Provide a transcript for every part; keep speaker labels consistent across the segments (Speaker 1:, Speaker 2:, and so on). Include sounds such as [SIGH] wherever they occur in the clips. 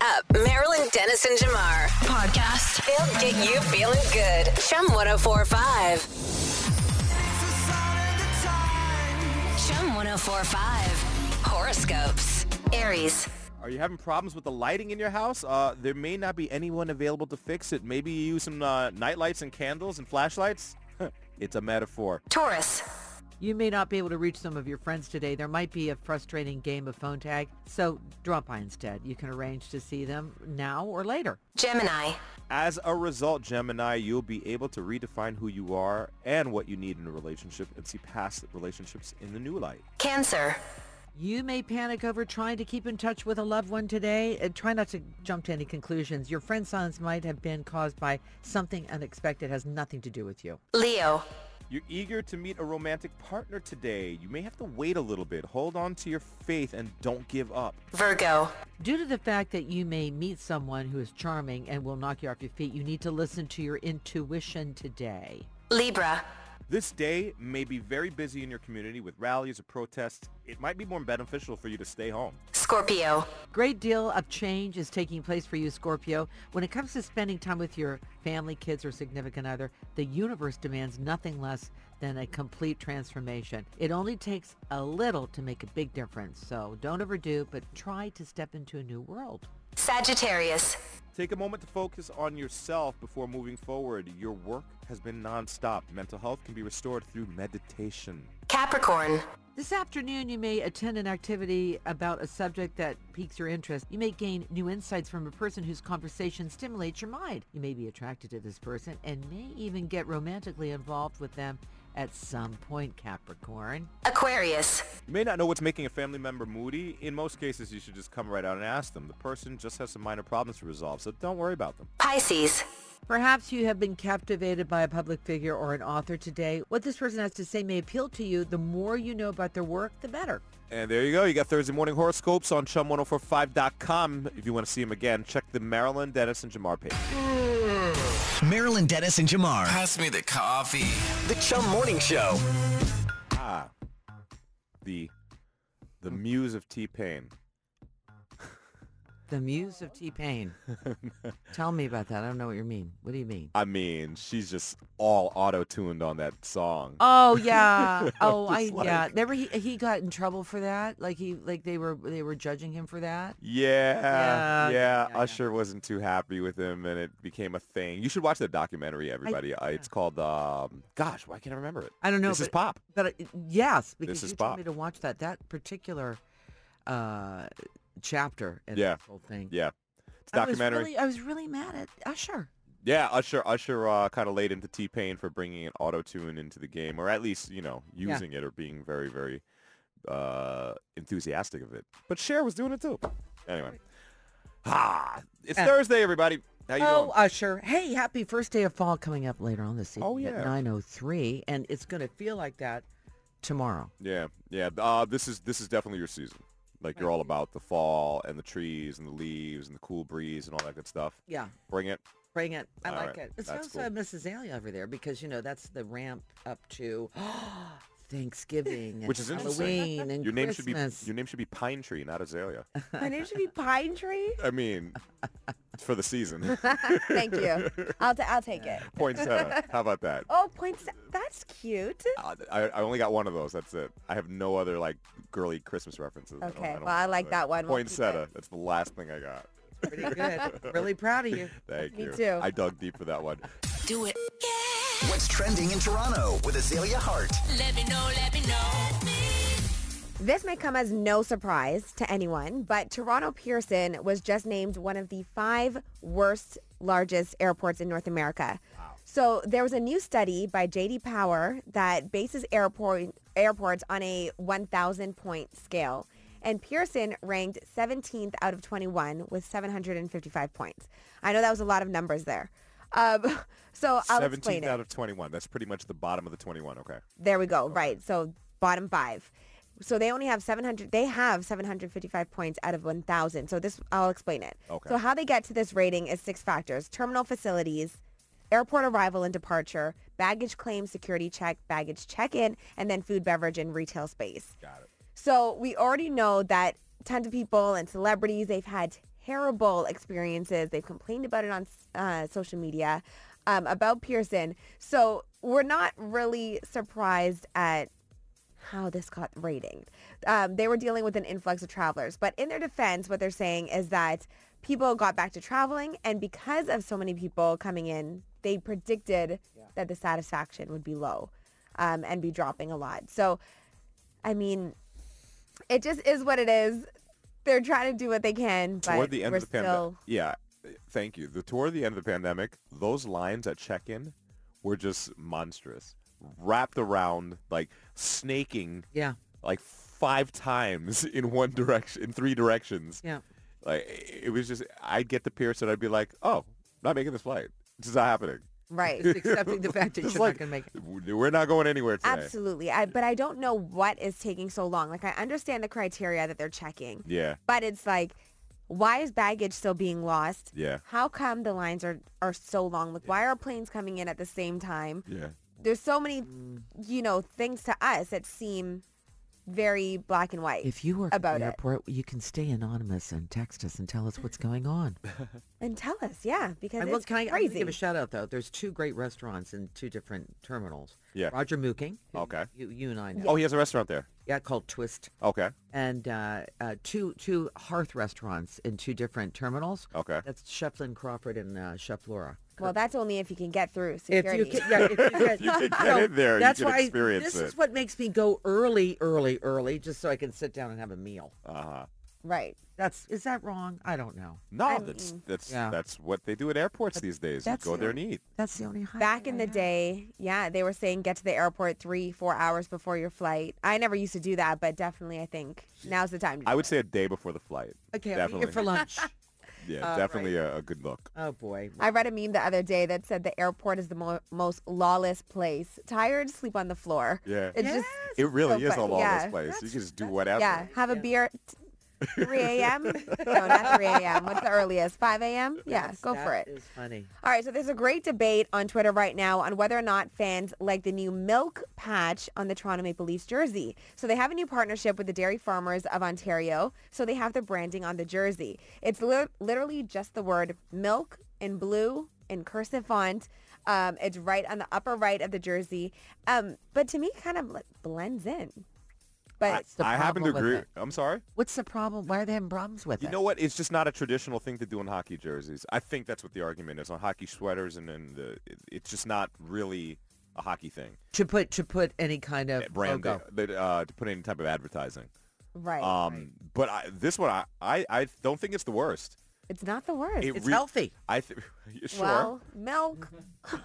Speaker 1: up. Marilyn Dennis and Jamar.
Speaker 2: Podcast.
Speaker 1: They'll get you feeling good. Chum 1045. Chum 1045. Horoscopes. Aries.
Speaker 3: Are you having problems with the lighting in your house? Uh, there may not be anyone available to fix it. Maybe you use some uh, nightlights and candles and flashlights? [LAUGHS] it's a metaphor.
Speaker 1: Taurus.
Speaker 4: You may not be able to reach some of your friends today. There might be a frustrating game of phone tag, so drop by instead. You can arrange to see them now or later.
Speaker 1: Gemini.
Speaker 3: As a result, Gemini, you'll be able to redefine who you are and what you need in a relationship and see past relationships in the new light.
Speaker 1: Cancer.
Speaker 4: You may panic over trying to keep in touch with a loved one today. Uh, try not to jump to any conclusions. Your friend's silence might have been caused by something unexpected, has nothing to do with you.
Speaker 1: Leo.
Speaker 3: You're eager to meet a romantic partner today. You may have to wait a little bit. Hold on to your faith and don't give up.
Speaker 1: Virgo.
Speaker 4: Due to the fact that you may meet someone who is charming and will knock you off your feet, you need to listen to your intuition today.
Speaker 1: Libra.
Speaker 3: This day may be very busy in your community with rallies or protests. It might be more beneficial for you to stay home.
Speaker 1: Scorpio.
Speaker 4: Great deal of change is taking place for you, Scorpio. When it comes to spending time with your family, kids, or significant other, the universe demands nothing less than a complete transformation. It only takes a little to make a big difference, so don't overdo, but try to step into a new world.
Speaker 1: Sagittarius.
Speaker 3: Take a moment to focus on yourself before moving forward. Your work has been nonstop. Mental health can be restored through meditation.
Speaker 1: Capricorn.
Speaker 4: This afternoon, you may attend an activity about a subject that piques your interest. You may gain new insights from a person whose conversation stimulates your mind. You may be attracted to this person and may even get romantically involved with them at some point, Capricorn.
Speaker 1: Aquarius.
Speaker 3: You may not know what's making a family member moody. In most cases, you should just come right out and ask them. The person just has some minor problems to resolve, so don't worry about them.
Speaker 1: Pisces.
Speaker 4: Perhaps you have been captivated by a public figure or an author today. What this person has to say may appeal to you. The more you know about their work, the better.
Speaker 3: And there you go. You got Thursday morning horoscopes on chum1045.com. If you want to see them again, check the Maryland Dennis, and Jamar page.
Speaker 5: Marilyn Dennis and Jamar.
Speaker 6: Pass me the coffee.
Speaker 5: The Chum Morning Show.
Speaker 3: Ah, the, the muse of T-Pain.
Speaker 4: The muse of T-Pain. Tell me about that. I don't know what you mean. What do you mean?
Speaker 3: I mean, she's just all auto-tuned on that song. [LAUGHS]
Speaker 4: Oh yeah. Oh, I
Speaker 3: Just like-
Speaker 4: yeah. Remember he he got in trouble for that. Like he like they were they were judging him for that. Yeah,
Speaker 3: Yeah, yeah,
Speaker 4: yeah, yeah.
Speaker 3: Usher wasn't too happy with him, and it became a thing. You should watch the documentary, everybody. Uh It's called, um, gosh, why can't I remember it?
Speaker 4: I don't know,
Speaker 3: This is
Speaker 4: but-
Speaker 3: pop.
Speaker 4: But uh, yes, because
Speaker 3: is
Speaker 4: you told
Speaker 3: pop.
Speaker 4: me to watch that that particular uh chapter in
Speaker 3: Yeah.
Speaker 4: this whole thing.
Speaker 3: Yeah, it's a
Speaker 4: I was
Speaker 3: documentary.
Speaker 4: really- I was really mad at Usher.
Speaker 3: Yeah, Usher, Usher uh, kind of laid into T Pain for bringing an auto tune into the game, or at least you know
Speaker 4: Yeah.
Speaker 3: using it or being very, very uh, enthusiastic of it. But Cher was doing it too. Anyway, ah, it's
Speaker 4: Uh,
Speaker 3: Thursday, everybody. How you
Speaker 4: Oh,
Speaker 3: doing?
Speaker 4: Usher. Hey, happy first day of fall coming up later on this evening
Speaker 3: Oh,
Speaker 4: at
Speaker 3: yeah.
Speaker 4: 9.03. And it's going to feel like that tomorrow.
Speaker 3: Yeah, yeah. Uh, this is this is definitely your season. Like you're all about the fall and the trees and the leaves and the cool breeze and all that good stuff.
Speaker 4: Yeah.
Speaker 3: Bring it.
Speaker 4: Bring it. I
Speaker 3: All
Speaker 4: like
Speaker 3: right,
Speaker 4: it. It's
Speaker 3: that's
Speaker 4: also
Speaker 3: cool.
Speaker 4: Mrs. Alley over there because, you know, that's the ramp up to [GASPS] Thanksgiving and
Speaker 3: Which is interesting.
Speaker 4: Halloween and
Speaker 3: Your name
Speaker 4: Christmas.
Speaker 3: should be your name should be Pine Tree, not Azalea.
Speaker 7: My name should be Pine Tree.
Speaker 3: I mean, for the season.
Speaker 7: [LAUGHS] Thank you. I'll, t- I'll take it.
Speaker 3: Poinsettia. How about that?
Speaker 7: Oh, points. That's cute.
Speaker 3: Uh, I, I only got one of those. That's it. I have no other like girly Christmas references. I don't-
Speaker 7: Okay,
Speaker 3: don't
Speaker 7: well, I like that one. We'll keep
Speaker 3: Poinsettia. That's the last thing I got.
Speaker 4: Pretty good. really proud of you.
Speaker 3: Thank
Speaker 7: Me
Speaker 3: you.
Speaker 7: too.
Speaker 3: I dug deep for that one.
Speaker 2: Do it.
Speaker 5: What's trending in Toronto with Azalea Hart?
Speaker 2: Let me know, let me know.
Speaker 7: This may come as no surprise to anyone, but Toronto Pearson was just named one of the five worst largest airports in North America. So there was a new study by JD Power that bases airport airports on a 1,000 point scale. And Pearson ranked 17th out of 21 with 755 points. I know that was a lot of numbers there. Um, [LAUGHS] so I'll explain
Speaker 3: 17
Speaker 7: it.
Speaker 3: out of 21. That's pretty much the bottom of the 21. Okay.
Speaker 7: There we go. Right. So bottom five. So they only have 700. They have 755 points out of 1,000. So this, I'll explain it.
Speaker 3: Okay.
Speaker 7: So how they get to this rating is six factors: terminal facilities, airport arrival and departure, baggage claim, security check, baggage check-in, and then food, beverage, and retail space.
Speaker 3: Got it.
Speaker 7: So we already know that tons of people and celebrities, they've had terrible experiences. They've complained about it on uh, social media um, about Pearson. So we're not really surprised at how this got rating. Um, they were dealing with an influx of travelers. But in their defense, what they're saying is that people got back to traveling, and because of so many people coming in, they predicted that the satisfaction would be low um, and be dropping a lot. So, I mean, it just is what it is. They're trying to do what they can, but
Speaker 3: toward the end
Speaker 7: we're
Speaker 3: of the pandemic. [LAUGHS]
Speaker 7: still
Speaker 3: Yeah, thank you. The toward the end of the pandemic, those lines at check-in were just monstrous, wrapped around like snaking
Speaker 4: Yeah.
Speaker 3: like five times [LAUGHS] in one direction, in three directions.
Speaker 4: Yeah.
Speaker 3: Like it was just, I'd get the Pearson, I'd be like, oh, not making this flight. This is not happening.
Speaker 7: right.
Speaker 4: Just accepting the fact
Speaker 3: [LAUGHS]
Speaker 4: that
Speaker 3: Just
Speaker 4: you're
Speaker 3: like,
Speaker 4: not going to make it.
Speaker 3: We're not going anywhere today.
Speaker 7: Absolutely. I, but I don't know what is taking so long. Like I understand the criteria that they're checking.
Speaker 3: Yeah.
Speaker 7: But it's like, why is baggage still being lost?
Speaker 3: Yeah.
Speaker 7: How come the lines are, are so long? Like, why are planes coming in at the same time?
Speaker 3: Yeah.
Speaker 7: There's so many, you know, things to us that seem very black and white.
Speaker 4: If you work
Speaker 7: About
Speaker 4: at the
Speaker 7: it.
Speaker 4: airport, you can stay anonymous and text us and tell us what's going on.
Speaker 7: and tell us, yeah, because
Speaker 4: I will,
Speaker 7: it's
Speaker 4: can I, I'm gonna
Speaker 7: crazy.
Speaker 4: give a shout out though. There's two great restaurants in two different terminals.
Speaker 3: Yeah.
Speaker 4: Roger Mooking. who
Speaker 3: Okay.
Speaker 4: You, you and I know.
Speaker 3: Oh, he has a restaurant there.
Speaker 4: Yeah, called Twist,
Speaker 3: Okay.
Speaker 4: and uh, uh, two two Hearth restaurants in two different terminals.
Speaker 3: Oh, Okay.
Speaker 4: That's Shefflin Crawford and uh, Chef Laura.
Speaker 7: well, that's only if you can get through
Speaker 4: If
Speaker 7: security.
Speaker 4: you can, yeah, if
Speaker 3: [LAUGHS]
Speaker 4: you can,
Speaker 3: can get in there, you
Speaker 4: that's
Speaker 3: can
Speaker 4: why
Speaker 3: experience
Speaker 4: this
Speaker 3: it.
Speaker 4: is what makes me go early, early, early, just so I can sit down and have a meal.
Speaker 3: Uh-huh.
Speaker 7: [LAUGHS] right.
Speaker 4: That's is that wrong? I don't know.
Speaker 3: No,
Speaker 7: I'm-
Speaker 3: that's that's
Speaker 4: Yeah.
Speaker 3: that's what they do at airports these days. You
Speaker 4: that's
Speaker 3: go there
Speaker 4: the-
Speaker 3: and eat.
Speaker 4: That's the only highlight
Speaker 7: Back in
Speaker 4: I
Speaker 7: the
Speaker 4: have.
Speaker 7: day, yeah, they were saying get to the airport three, four hours before your flight. I never used to do that, but definitely I think now's the time to do
Speaker 3: I would
Speaker 7: it.
Speaker 3: say a day before the flight.
Speaker 4: Okay, I'll
Speaker 3: definitely.
Speaker 4: be here
Speaker 3: [LAUGHS]
Speaker 4: for lunch.
Speaker 3: yeah, definitely a, a good look.
Speaker 4: oh boy.
Speaker 7: I read a meme the other day that said the airport is the mo- most lawless place. Tired, sleep on the floor.
Speaker 3: Yeah.
Speaker 7: It's just,
Speaker 3: It really
Speaker 7: so
Speaker 3: is
Speaker 7: funny.
Speaker 3: a lawless
Speaker 7: Yeah.
Speaker 3: place. You can just do whatever.
Speaker 7: yeah, have a beer at 3 a.m. [LAUGHS] No, not 3 a.m. What's the earliest? 5 a.m.? Yeah, go for it.
Speaker 4: That is funny.
Speaker 7: All right, so there's a great debate on Twitter right now on whether or not fans like the new milk patch on the Toronto Maple Leafs jersey. So they have a new partnership with the dairy farmers of Ontario, so they have the branding on the jersey. It's lit literally just the word milk in blue in cursive font. Um, it's right on the upper right of the jersey, um, but to me, it kind of like blends in.
Speaker 3: I,
Speaker 7: But
Speaker 4: the
Speaker 3: I happen to
Speaker 4: problem with
Speaker 3: agree.
Speaker 4: it.
Speaker 3: I'm sorry.
Speaker 4: What's the problem? Why are they having problems with
Speaker 3: You
Speaker 4: it?
Speaker 3: know what? It's just not a traditional thing to do in hockey jerseys. I think that's what the argument is on hockey sweaters, and then the it, it's just not really a hockey thing.
Speaker 4: to put to put any kind of
Speaker 3: Brand
Speaker 4: logo.
Speaker 3: that uh, to put any type of advertising.
Speaker 7: right,
Speaker 3: Um, but I, this one, I, I I don't think it's the worst.
Speaker 7: it's not the worst.
Speaker 3: It
Speaker 4: It's
Speaker 3: re-
Speaker 4: healthy.
Speaker 3: I th- [LAUGHS] sure, Mm-hmm.
Speaker 7: Well, milk.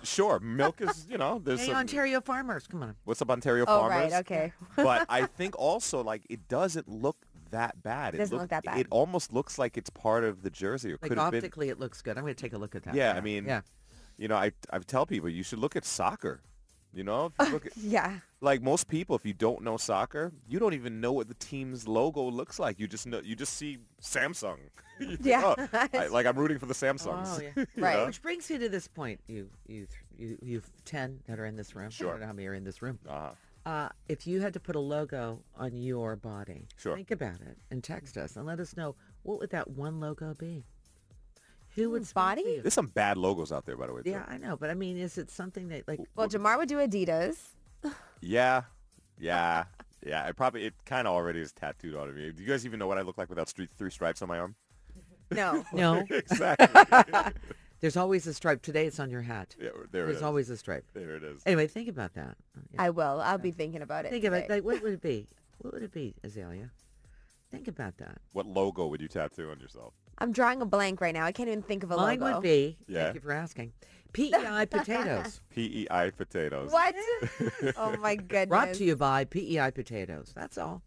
Speaker 3: sure. Milk is you know there's
Speaker 4: Hey,
Speaker 3: some,
Speaker 4: Ontario farmers, come on.
Speaker 3: what's up Ontario
Speaker 7: Oh,
Speaker 3: farmers.
Speaker 7: right. Okay. [LAUGHS]
Speaker 3: but I think also like it doesn't look that bad. It
Speaker 7: Doesn't look that bad.
Speaker 3: It almost looks like it's part of the jersey. It
Speaker 4: Like
Speaker 3: could have been.
Speaker 4: optically, it looks good. I'm going to take a look at that.
Speaker 3: Yeah, I mean,
Speaker 4: yeah,
Speaker 3: you know, I I tell people you should look at soccer. You know, if
Speaker 7: [LAUGHS]
Speaker 3: you look at,
Speaker 7: Yeah.
Speaker 3: like most people, if you don't know soccer, you don't even know what the team's logo looks like. You just know you just see Samsung.
Speaker 7: [LAUGHS]
Speaker 3: [LAUGHS] You think,
Speaker 7: Yeah.
Speaker 3: "Oh, I- like I'm rooting for the Samsungs.
Speaker 4: Oh, yeah.
Speaker 3: [LAUGHS] You
Speaker 7: Right.
Speaker 3: know?
Speaker 4: which brings me to this point. You, you, th- you, you ten that are in this room. I
Speaker 3: Sure.
Speaker 4: don't know how many are in this room.
Speaker 3: Uh-huh.
Speaker 4: Uh, if you had to put a logo on your body,
Speaker 3: Sure.
Speaker 4: think about it and text us and let us know what would that one logo be. Who would speak
Speaker 7: Body?
Speaker 4: to you?
Speaker 3: There's some bad logos out there, by the way. too.
Speaker 4: Yeah, I know, but I mean, is it something that like?
Speaker 3: [LAUGHS]
Speaker 7: Well, Jamar would do Adidas.
Speaker 3: Yeah, yeah, yeah. It probably it kind of already is tattooed on me. Do you guys even know what I look like without street, three stripes on my arm? [LAUGHS]
Speaker 7: No.
Speaker 4: No,
Speaker 3: exactly.
Speaker 4: there's always a stripe. Today it's on your hat.
Speaker 3: Yeah, there it
Speaker 4: There's
Speaker 3: is.
Speaker 4: always a stripe.
Speaker 3: there it is.
Speaker 4: Anyway, think about that. Uh, [LAUGHS] yeah.
Speaker 7: I will. I'll be thinking about it.
Speaker 4: Think about
Speaker 7: today.
Speaker 4: like what would it be? What would it be, Azalea? Think about that.
Speaker 3: What logo would you tattoo on yourself?
Speaker 7: I'm drawing a blank right now. I can't even think of a
Speaker 4: Mine
Speaker 7: logo.
Speaker 4: would be.
Speaker 3: Yeah.
Speaker 4: Thank you for asking. PEI potatoes.
Speaker 3: PEI E potatoes.
Speaker 7: [LAUGHS] What? [LAUGHS] oh my
Speaker 4: [LAUGHS]
Speaker 7: goodness.
Speaker 4: Brought to you by PEI potatoes. That's all.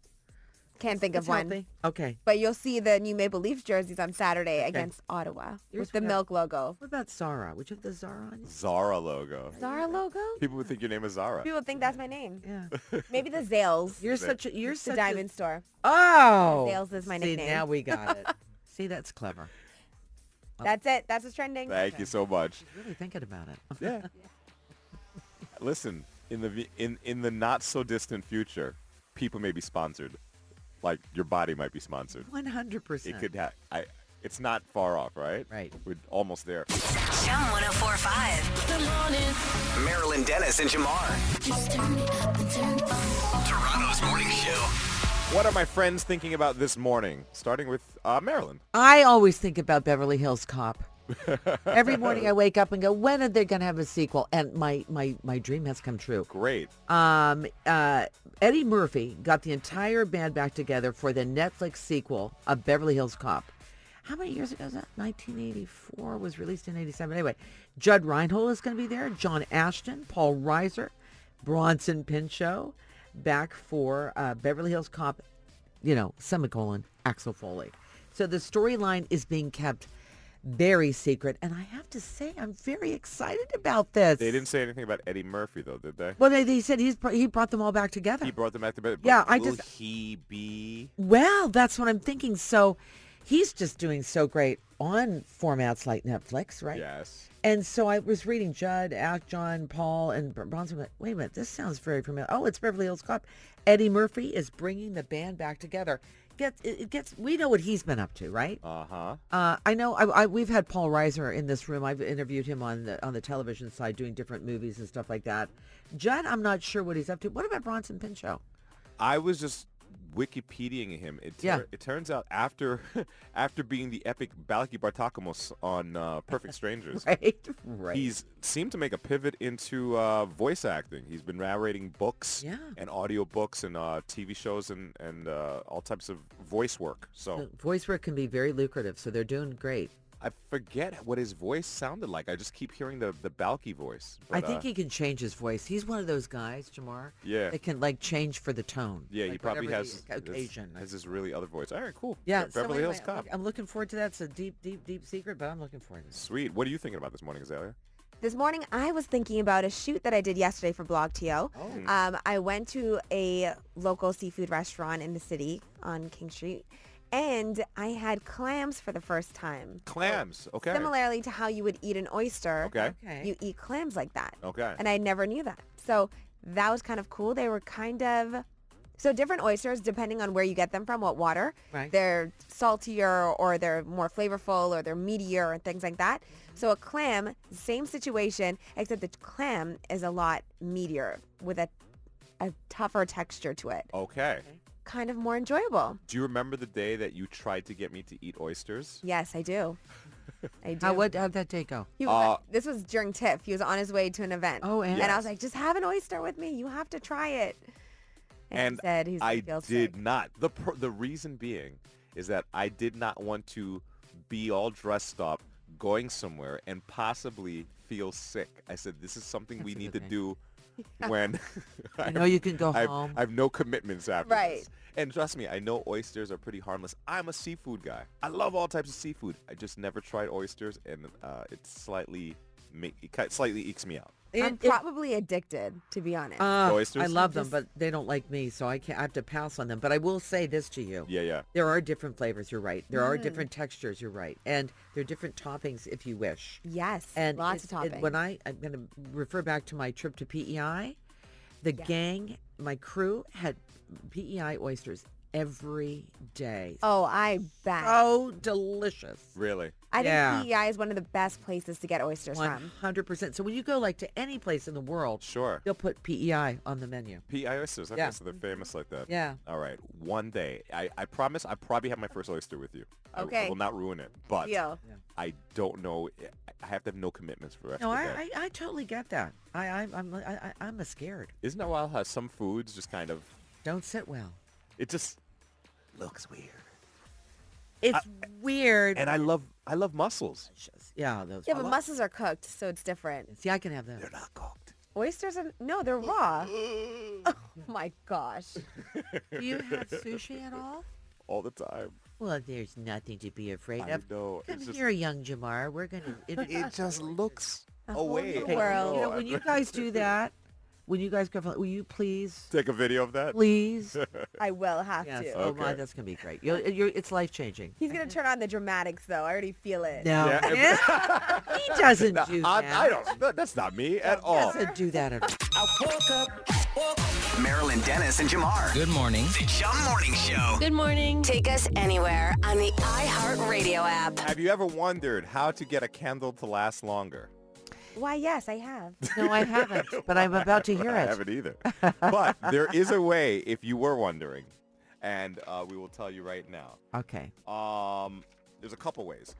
Speaker 7: Can't think of
Speaker 4: It's
Speaker 7: one.
Speaker 4: healthy. Okay.
Speaker 7: But you'll see the new Maple Leafs jerseys on Saturday against Ottawa
Speaker 4: Here's
Speaker 7: with the
Speaker 4: what I-
Speaker 7: milk logo.
Speaker 4: What about Zara? Would you have the Zara on? you?
Speaker 3: Zara logo.
Speaker 7: Zara logo?
Speaker 3: People would think your name is Zara.
Speaker 7: People think that's my name.
Speaker 4: Yeah.
Speaker 7: Maybe the Zales.
Speaker 4: You're such a. You're
Speaker 7: It's the
Speaker 4: such
Speaker 7: diamond store.
Speaker 4: A, oh.
Speaker 7: Zales is my
Speaker 4: See,
Speaker 7: nickname.
Speaker 4: now we got
Speaker 7: [LAUGHS]
Speaker 4: it. See, that's clever. Oh.
Speaker 7: That's it. That's what's trending.
Speaker 3: Thank you so much.
Speaker 4: Really thinking about it.
Speaker 3: Yeah. Listen, in the vi- in in the not so distant future, people may be sponsored. Like your body might be sponsored.
Speaker 4: One hundred percent.
Speaker 3: It could ha- I It's not far off, right?
Speaker 4: Right.
Speaker 3: We're almost there.
Speaker 1: Chum 1045.
Speaker 2: The morning.
Speaker 5: Marilyn Dennis and Jamar.
Speaker 2: Just turn it up and turn it on.
Speaker 5: Toronto's morning show.
Speaker 3: What are my friends thinking about this morning? Starting with uh, Marilyn.
Speaker 4: I always think about Beverly Hills Cop. Every morning I wake up and go, when are they going to have a sequel? And my, my, my dream has come true.
Speaker 3: Great.
Speaker 4: Um, uh, Eddie Murphy got the entire band back together for the Netflix sequel of Beverly Hills Cop. How many years ago is that? 1984 was released in 87. Anyway, Judd Reinhold is going to be there. John Ashton, Paul Reiser, Bronson Pinchot, back for uh, Beverly Hills Cop, you know, semicolon, Axel Foley. So the storyline is being kept very secret. And I have to say, I'm very excited about this.
Speaker 3: They didn't say anything about Eddie Murphy, though, did they?
Speaker 4: Well, they, they said he's br- he brought them all back together.
Speaker 3: He brought them back to bed. but
Speaker 4: Yeah, I
Speaker 3: will
Speaker 4: just-
Speaker 3: he be?
Speaker 4: well, that's what I'm thinking. So he's just doing so great on formats like Netflix, right?
Speaker 3: Yes.
Speaker 4: And so I was reading Judd, Act, John, Paul, and Br- Bronson. Like, Wait a minute, this sounds very familiar. Oh, it's Beverly Hills Cop. Eddie Murphy is bringing the band back together. Gets it it gets. We know what he's been up to, right?
Speaker 3: Uh huh.
Speaker 4: Uh, I know I, I, we've had Paul Reiser in this room. I've interviewed him on the on the television side, doing different movies and stuff like that. Judd, I'm not sure what he's up to. What about Bronson Pinchot? [LAUGHS]
Speaker 3: I was just Wikipediaing him. It, tur-
Speaker 4: Yeah.
Speaker 3: it turns out after [LAUGHS] after being the epic Balaki Bartakamos on uh, Perfect Strangers,
Speaker 4: Right, right.
Speaker 3: he's seemed to make a pivot into uh, voice acting. He's been narrating books
Speaker 4: Yeah.
Speaker 3: and audio books and uh, TV shows and, and uh, all types of voice work. So
Speaker 4: Uh, voice work can be very lucrative, so they're doing great.
Speaker 3: I forget what his voice sounded like. I just keep hearing the, the Balky voice.
Speaker 4: I
Speaker 3: but,
Speaker 4: think
Speaker 3: uh,
Speaker 4: he can change his voice. He's one of those guys, Jamar.
Speaker 3: Yeah.
Speaker 4: That can like change for the tone.
Speaker 3: Yeah, he
Speaker 4: like,
Speaker 3: probably
Speaker 4: whatever
Speaker 3: has
Speaker 4: the occasion.
Speaker 3: Has, has his really other voice. All right, cool.
Speaker 4: yeah,
Speaker 3: Be-
Speaker 4: so
Speaker 3: Beverly Hills
Speaker 4: anyway, I'm
Speaker 3: Cop.
Speaker 4: look- I'm looking forward to that. It's a deep, deep, deep secret, but I'm looking forward to it.
Speaker 3: Sweet. What are you thinking about this morning, Azalea?
Speaker 4: Oh,
Speaker 7: This morning, I was thinking about a shoot that I did yesterday for Blog TO. Um, I went to a local seafood restaurant in the city on King Street, and I had clams for the first time.
Speaker 3: Clams. Okay.
Speaker 7: Similarly to how you would eat an oyster,
Speaker 3: Okay.
Speaker 4: Okay.
Speaker 7: you eat clams like that.
Speaker 3: Okay.
Speaker 7: And I never knew that. So that was kind of cool. They were kind of so different oysters depending on where you get them from, what water.
Speaker 4: Right.
Speaker 7: They're saltier or they're more flavorful or they're meatier and things like that.
Speaker 4: Mm-hmm.
Speaker 7: So a clam, same situation, except the clam is a lot meatier with a a tougher texture to it.
Speaker 3: Okay.
Speaker 7: Kind of more enjoyable.
Speaker 3: Do you remember the day that you tried to get me to eat oysters?
Speaker 7: Yes, I
Speaker 3: [LAUGHS]
Speaker 7: do. I do.
Speaker 4: How would how'd that day go?
Speaker 7: He was-
Speaker 3: Uh,
Speaker 7: this was during TIFF. He was on his way to an event.
Speaker 4: Oh, and-
Speaker 7: I was like, just have an oyster with me. You have to try it.
Speaker 3: And
Speaker 7: he said he's
Speaker 3: I
Speaker 7: he feels
Speaker 3: did
Speaker 7: sick.
Speaker 3: not. The pr- the reason being is that I did not want to be all dressed up going somewhere and possibly feel sick. I said this is something we
Speaker 4: That's a
Speaker 3: need to
Speaker 4: good thing. [LAUGHS]
Speaker 3: do when [LAUGHS]
Speaker 4: You know you can go
Speaker 3: I've,
Speaker 4: home.
Speaker 3: I have no commitments after this.
Speaker 7: Right.
Speaker 3: And trust me, I know oysters are pretty harmless. I'm a seafood guy. I love all types of seafood. I just never tried oysters, and uh, it slightly ma- it ki- slightly ekes me out.
Speaker 7: I'm probably addicted, to be honest.
Speaker 4: Ah, I
Speaker 3: Oysters?
Speaker 4: love them, but they don't like me, so I can't. I have to pass on them. But I will say this to you:
Speaker 3: Yeah, Mm. yeah.
Speaker 4: there are different flavors. You're right. There are different textures. You're right, and there are different toppings if you wish.
Speaker 7: yes,
Speaker 4: And
Speaker 7: lots of
Speaker 4: it's-
Speaker 7: toppings.
Speaker 4: it- when I I'm going to refer back to my trip to PEI, the gang, my crew had PEI oysters every day.
Speaker 7: oh, I bet.
Speaker 4: so delicious.
Speaker 3: Really?
Speaker 7: I think
Speaker 4: yeah.
Speaker 7: PEI is one of the best places to get oysters
Speaker 4: One
Speaker 7: from.
Speaker 4: hundred percent. So when you go like to any place in the world,
Speaker 3: Sure.
Speaker 4: they'll put PEI on the menu.
Speaker 3: P.I. oysters. Okay,
Speaker 4: Yeah.
Speaker 3: so they're famous like that.
Speaker 4: Yeah.
Speaker 3: All right. One day, I, I promise I probably have my first oyster with you. I- I,
Speaker 7: Okay.
Speaker 3: will not ruin it, but
Speaker 7: Deal.
Speaker 3: I don't know. I have to have no commitments for the rest
Speaker 4: No,
Speaker 3: of
Speaker 4: I,
Speaker 3: the day.
Speaker 4: I, I totally get that. I, I I'm I, I, I'm a scared.
Speaker 3: Isn't that wild how some foods just kind of,
Speaker 4: Don't sit well.
Speaker 3: it just looks weird.
Speaker 4: It's weird.
Speaker 3: And I love, I love mussels.
Speaker 4: yeah, those.
Speaker 7: Yeah,
Speaker 4: I
Speaker 7: but
Speaker 4: love-
Speaker 7: mussels are cooked, so it's different.
Speaker 4: See, I can have that.
Speaker 3: They're not cooked.
Speaker 7: Oysters are no, they're raw. oh my gosh.
Speaker 4: Do you
Speaker 7: [LAUGHS]
Speaker 4: have sushi at all?
Speaker 3: All the time.
Speaker 4: Well, there's nothing to be afraid
Speaker 3: I
Speaker 4: of.
Speaker 3: know,
Speaker 4: Come
Speaker 3: it's just-
Speaker 4: here, young Jamar.
Speaker 3: [LAUGHS]
Speaker 4: We're gonna.
Speaker 3: It just looks
Speaker 7: whole
Speaker 3: away.
Speaker 7: new
Speaker 3: I
Speaker 7: world.
Speaker 4: you
Speaker 3: know,
Speaker 4: know,
Speaker 3: I- [LAUGHS]
Speaker 4: when you guys do that, when you guys go, for- will you please,
Speaker 3: Take a video of that. [LAUGHS]
Speaker 4: please?
Speaker 7: I will have
Speaker 4: Yes.
Speaker 7: to.
Speaker 4: Oh my,
Speaker 3: Okay.
Speaker 4: that's gonna be great. You're, you're, it's life changing.
Speaker 7: He's gonna turn on the dramatics though. I already feel it.
Speaker 4: No,
Speaker 3: Yeah, if-
Speaker 4: [LAUGHS] he doesn't do that.
Speaker 3: I, I don't. that- That's not me at all.
Speaker 4: Doesn't do that at all.
Speaker 3: [LAUGHS]
Speaker 5: Marilyn Dennis and Jamar.
Speaker 6: Good morning.
Speaker 5: The Jum Morning Show.
Speaker 8: Good morning.
Speaker 1: Take us anywhere on the iHeartRadio app.
Speaker 3: Have you ever wondered how to get a candle to last longer?
Speaker 7: Why? Yes, I have.
Speaker 4: No, I haven't. But I'm about to hear
Speaker 3: I
Speaker 4: it.
Speaker 3: haven't either. but there is a way if you were wondering, and uh, we will tell you right now.
Speaker 4: Okay.
Speaker 3: Um, there's a couple ways.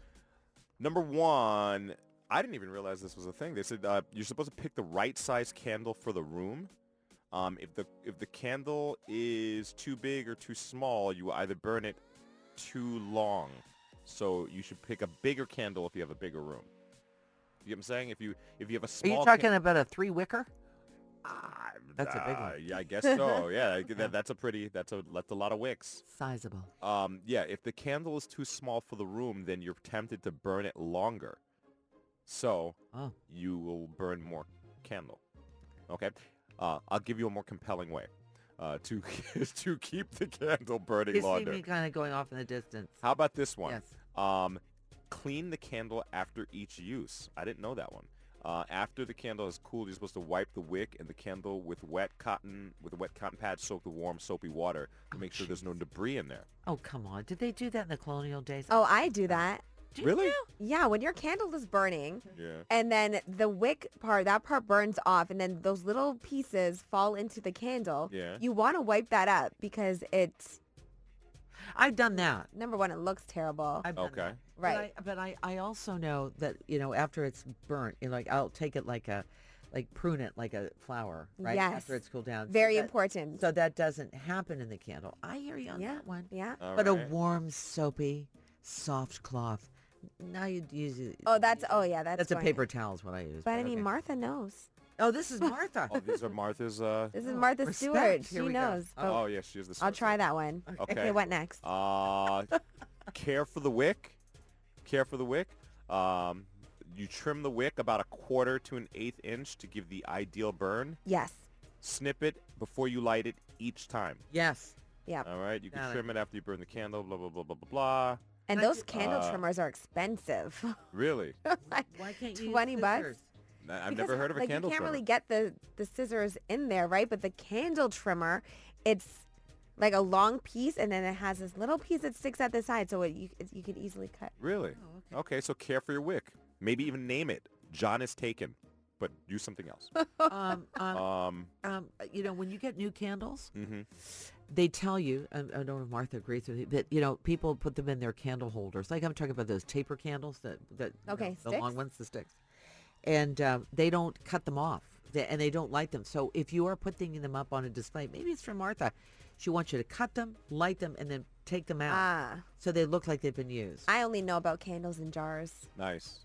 Speaker 3: Number one, I didn't even realize this was a thing. They said uh, you're supposed to pick the right size candle for the room. Um, if the if the candle is too big or too small, you either burn it too long. So you should pick a bigger candle if you have a bigger room. You get what I'm saying? If you if you have a
Speaker 4: Are
Speaker 3: small
Speaker 4: you
Speaker 3: can-
Speaker 4: talking about a three wicker? That's a big
Speaker 3: Ah,
Speaker 4: one.
Speaker 3: yeah, I guess so. Yeah,
Speaker 4: [LAUGHS]
Speaker 3: I- that, that's a pretty. That's a that's a lot of wicks.
Speaker 4: Sizable.
Speaker 3: Um, yeah, if the candle is too small for the room, then you're tempted to burn it longer. So
Speaker 4: Oh.
Speaker 3: you will burn more candle. Okay, uh, I'll give you a more compelling way uh, to [LAUGHS] to keep the candle burning
Speaker 4: You see
Speaker 3: longer.
Speaker 4: me kind of going off in the distance.
Speaker 3: How about this one?
Speaker 4: Yes.
Speaker 3: Um, clean the candle after each use. I didn't know that one. Uh, after the candle is cooled, you're supposed to wipe the wick and the candle with wet cotton with a wet cotton pad soaked with warm soapy water to make sure there's no debris in there.
Speaker 4: Oh, come on. Did they do that in the colonial days?
Speaker 7: Oh, I do that.
Speaker 4: Do you
Speaker 3: really?
Speaker 4: know?
Speaker 7: Yeah, when your candle is burning,
Speaker 3: Yeah.
Speaker 7: and then the wick part, that part burns off, and then those little pieces fall into the candle.
Speaker 3: Yeah.
Speaker 7: You want to wipe that up because it's
Speaker 4: I've done that.
Speaker 7: number one, it looks terrible.
Speaker 4: I've done
Speaker 3: Okay.
Speaker 4: that.
Speaker 7: Right.
Speaker 4: But, I, but I, I also know that you know after it's burnt, you know, like I'll take it like a, like prune it like a flower, right?
Speaker 7: Yes.
Speaker 4: After it's cooled down. so
Speaker 7: Very
Speaker 4: that-
Speaker 7: important.
Speaker 4: So that doesn't happen in the candle. I hear you on
Speaker 7: yeah.
Speaker 4: that one.
Speaker 7: Yeah.
Speaker 3: All
Speaker 4: but a
Speaker 3: right.
Speaker 4: warm, soapy, soft cloth. Now you use it.
Speaker 7: Oh, that's oh yeah, that's
Speaker 4: That's a
Speaker 7: going-
Speaker 4: paper towel is what I use.
Speaker 7: But I mean,
Speaker 4: okay.
Speaker 7: Martha knows.
Speaker 4: Oh, this is
Speaker 3: [LAUGHS]
Speaker 4: Martha.
Speaker 3: Oh, these are Martha's.
Speaker 7: [LAUGHS]
Speaker 3: Uh,
Speaker 7: This is
Speaker 4: Oh,
Speaker 7: Martha
Speaker 4: respect.
Speaker 7: Stewart.
Speaker 4: Here
Speaker 7: she
Speaker 4: we go.
Speaker 7: knows. but
Speaker 3: oh yeah, she is the.
Speaker 7: I'll
Speaker 3: source.
Speaker 7: try that one.
Speaker 3: Okay.
Speaker 7: Okay, what next?
Speaker 3: Uh, care for the wick. Care for the wick. Um, you trim the wick about a quarter to an eighth inch to give the ideal burn.
Speaker 7: Yes.
Speaker 3: snip it before you light it each time.
Speaker 4: yes.
Speaker 7: Yep.
Speaker 3: All right, you can
Speaker 4: Got it.
Speaker 3: trim it after you burn the candle. Blah blah blah blah blah blah.
Speaker 7: and
Speaker 4: I
Speaker 7: those
Speaker 4: did-
Speaker 7: candle
Speaker 3: Uh,
Speaker 7: trimmers are expensive. [LAUGHS]
Speaker 4: [LAUGHS]
Speaker 3: Really?
Speaker 7: like,
Speaker 4: Why can't you? use
Speaker 7: 20 bucks?
Speaker 4: scissors?
Speaker 3: N- I've
Speaker 7: because,
Speaker 3: never heard of a
Speaker 7: like,
Speaker 3: candle
Speaker 7: You can't
Speaker 3: trimmer.
Speaker 7: really get the the scissors in there, right? But the candle trimmer, it's like a long piece, and then it has this little piece that sticks out the side, so it, you it, you could easily cut.
Speaker 3: Really?
Speaker 4: Oh,
Speaker 3: okay. so care for your wick. Maybe even name it. John is taken, but do something
Speaker 4: [LAUGHS]
Speaker 3: else.
Speaker 4: um,
Speaker 3: [LAUGHS]
Speaker 4: um,
Speaker 3: um,
Speaker 4: um, you know, when you get new candles,
Speaker 3: mhm.
Speaker 4: they tell you, and I don't know if Martha agrees with you, that, you know, people put them in their candle holders. Like I'm talking about those taper candles that, that you know,
Speaker 7: Okay,
Speaker 4: the long
Speaker 7: sticks?
Speaker 4: ones, the sticks. And um, they don't cut them off they, and they don't light them. So if you are putting them up on a display, maybe it's from Martha, she wants you to cut them, light them, and then take them out.
Speaker 7: Ah,
Speaker 4: so they look like they've been used.
Speaker 7: I only know about candles in jars.
Speaker 3: Nice,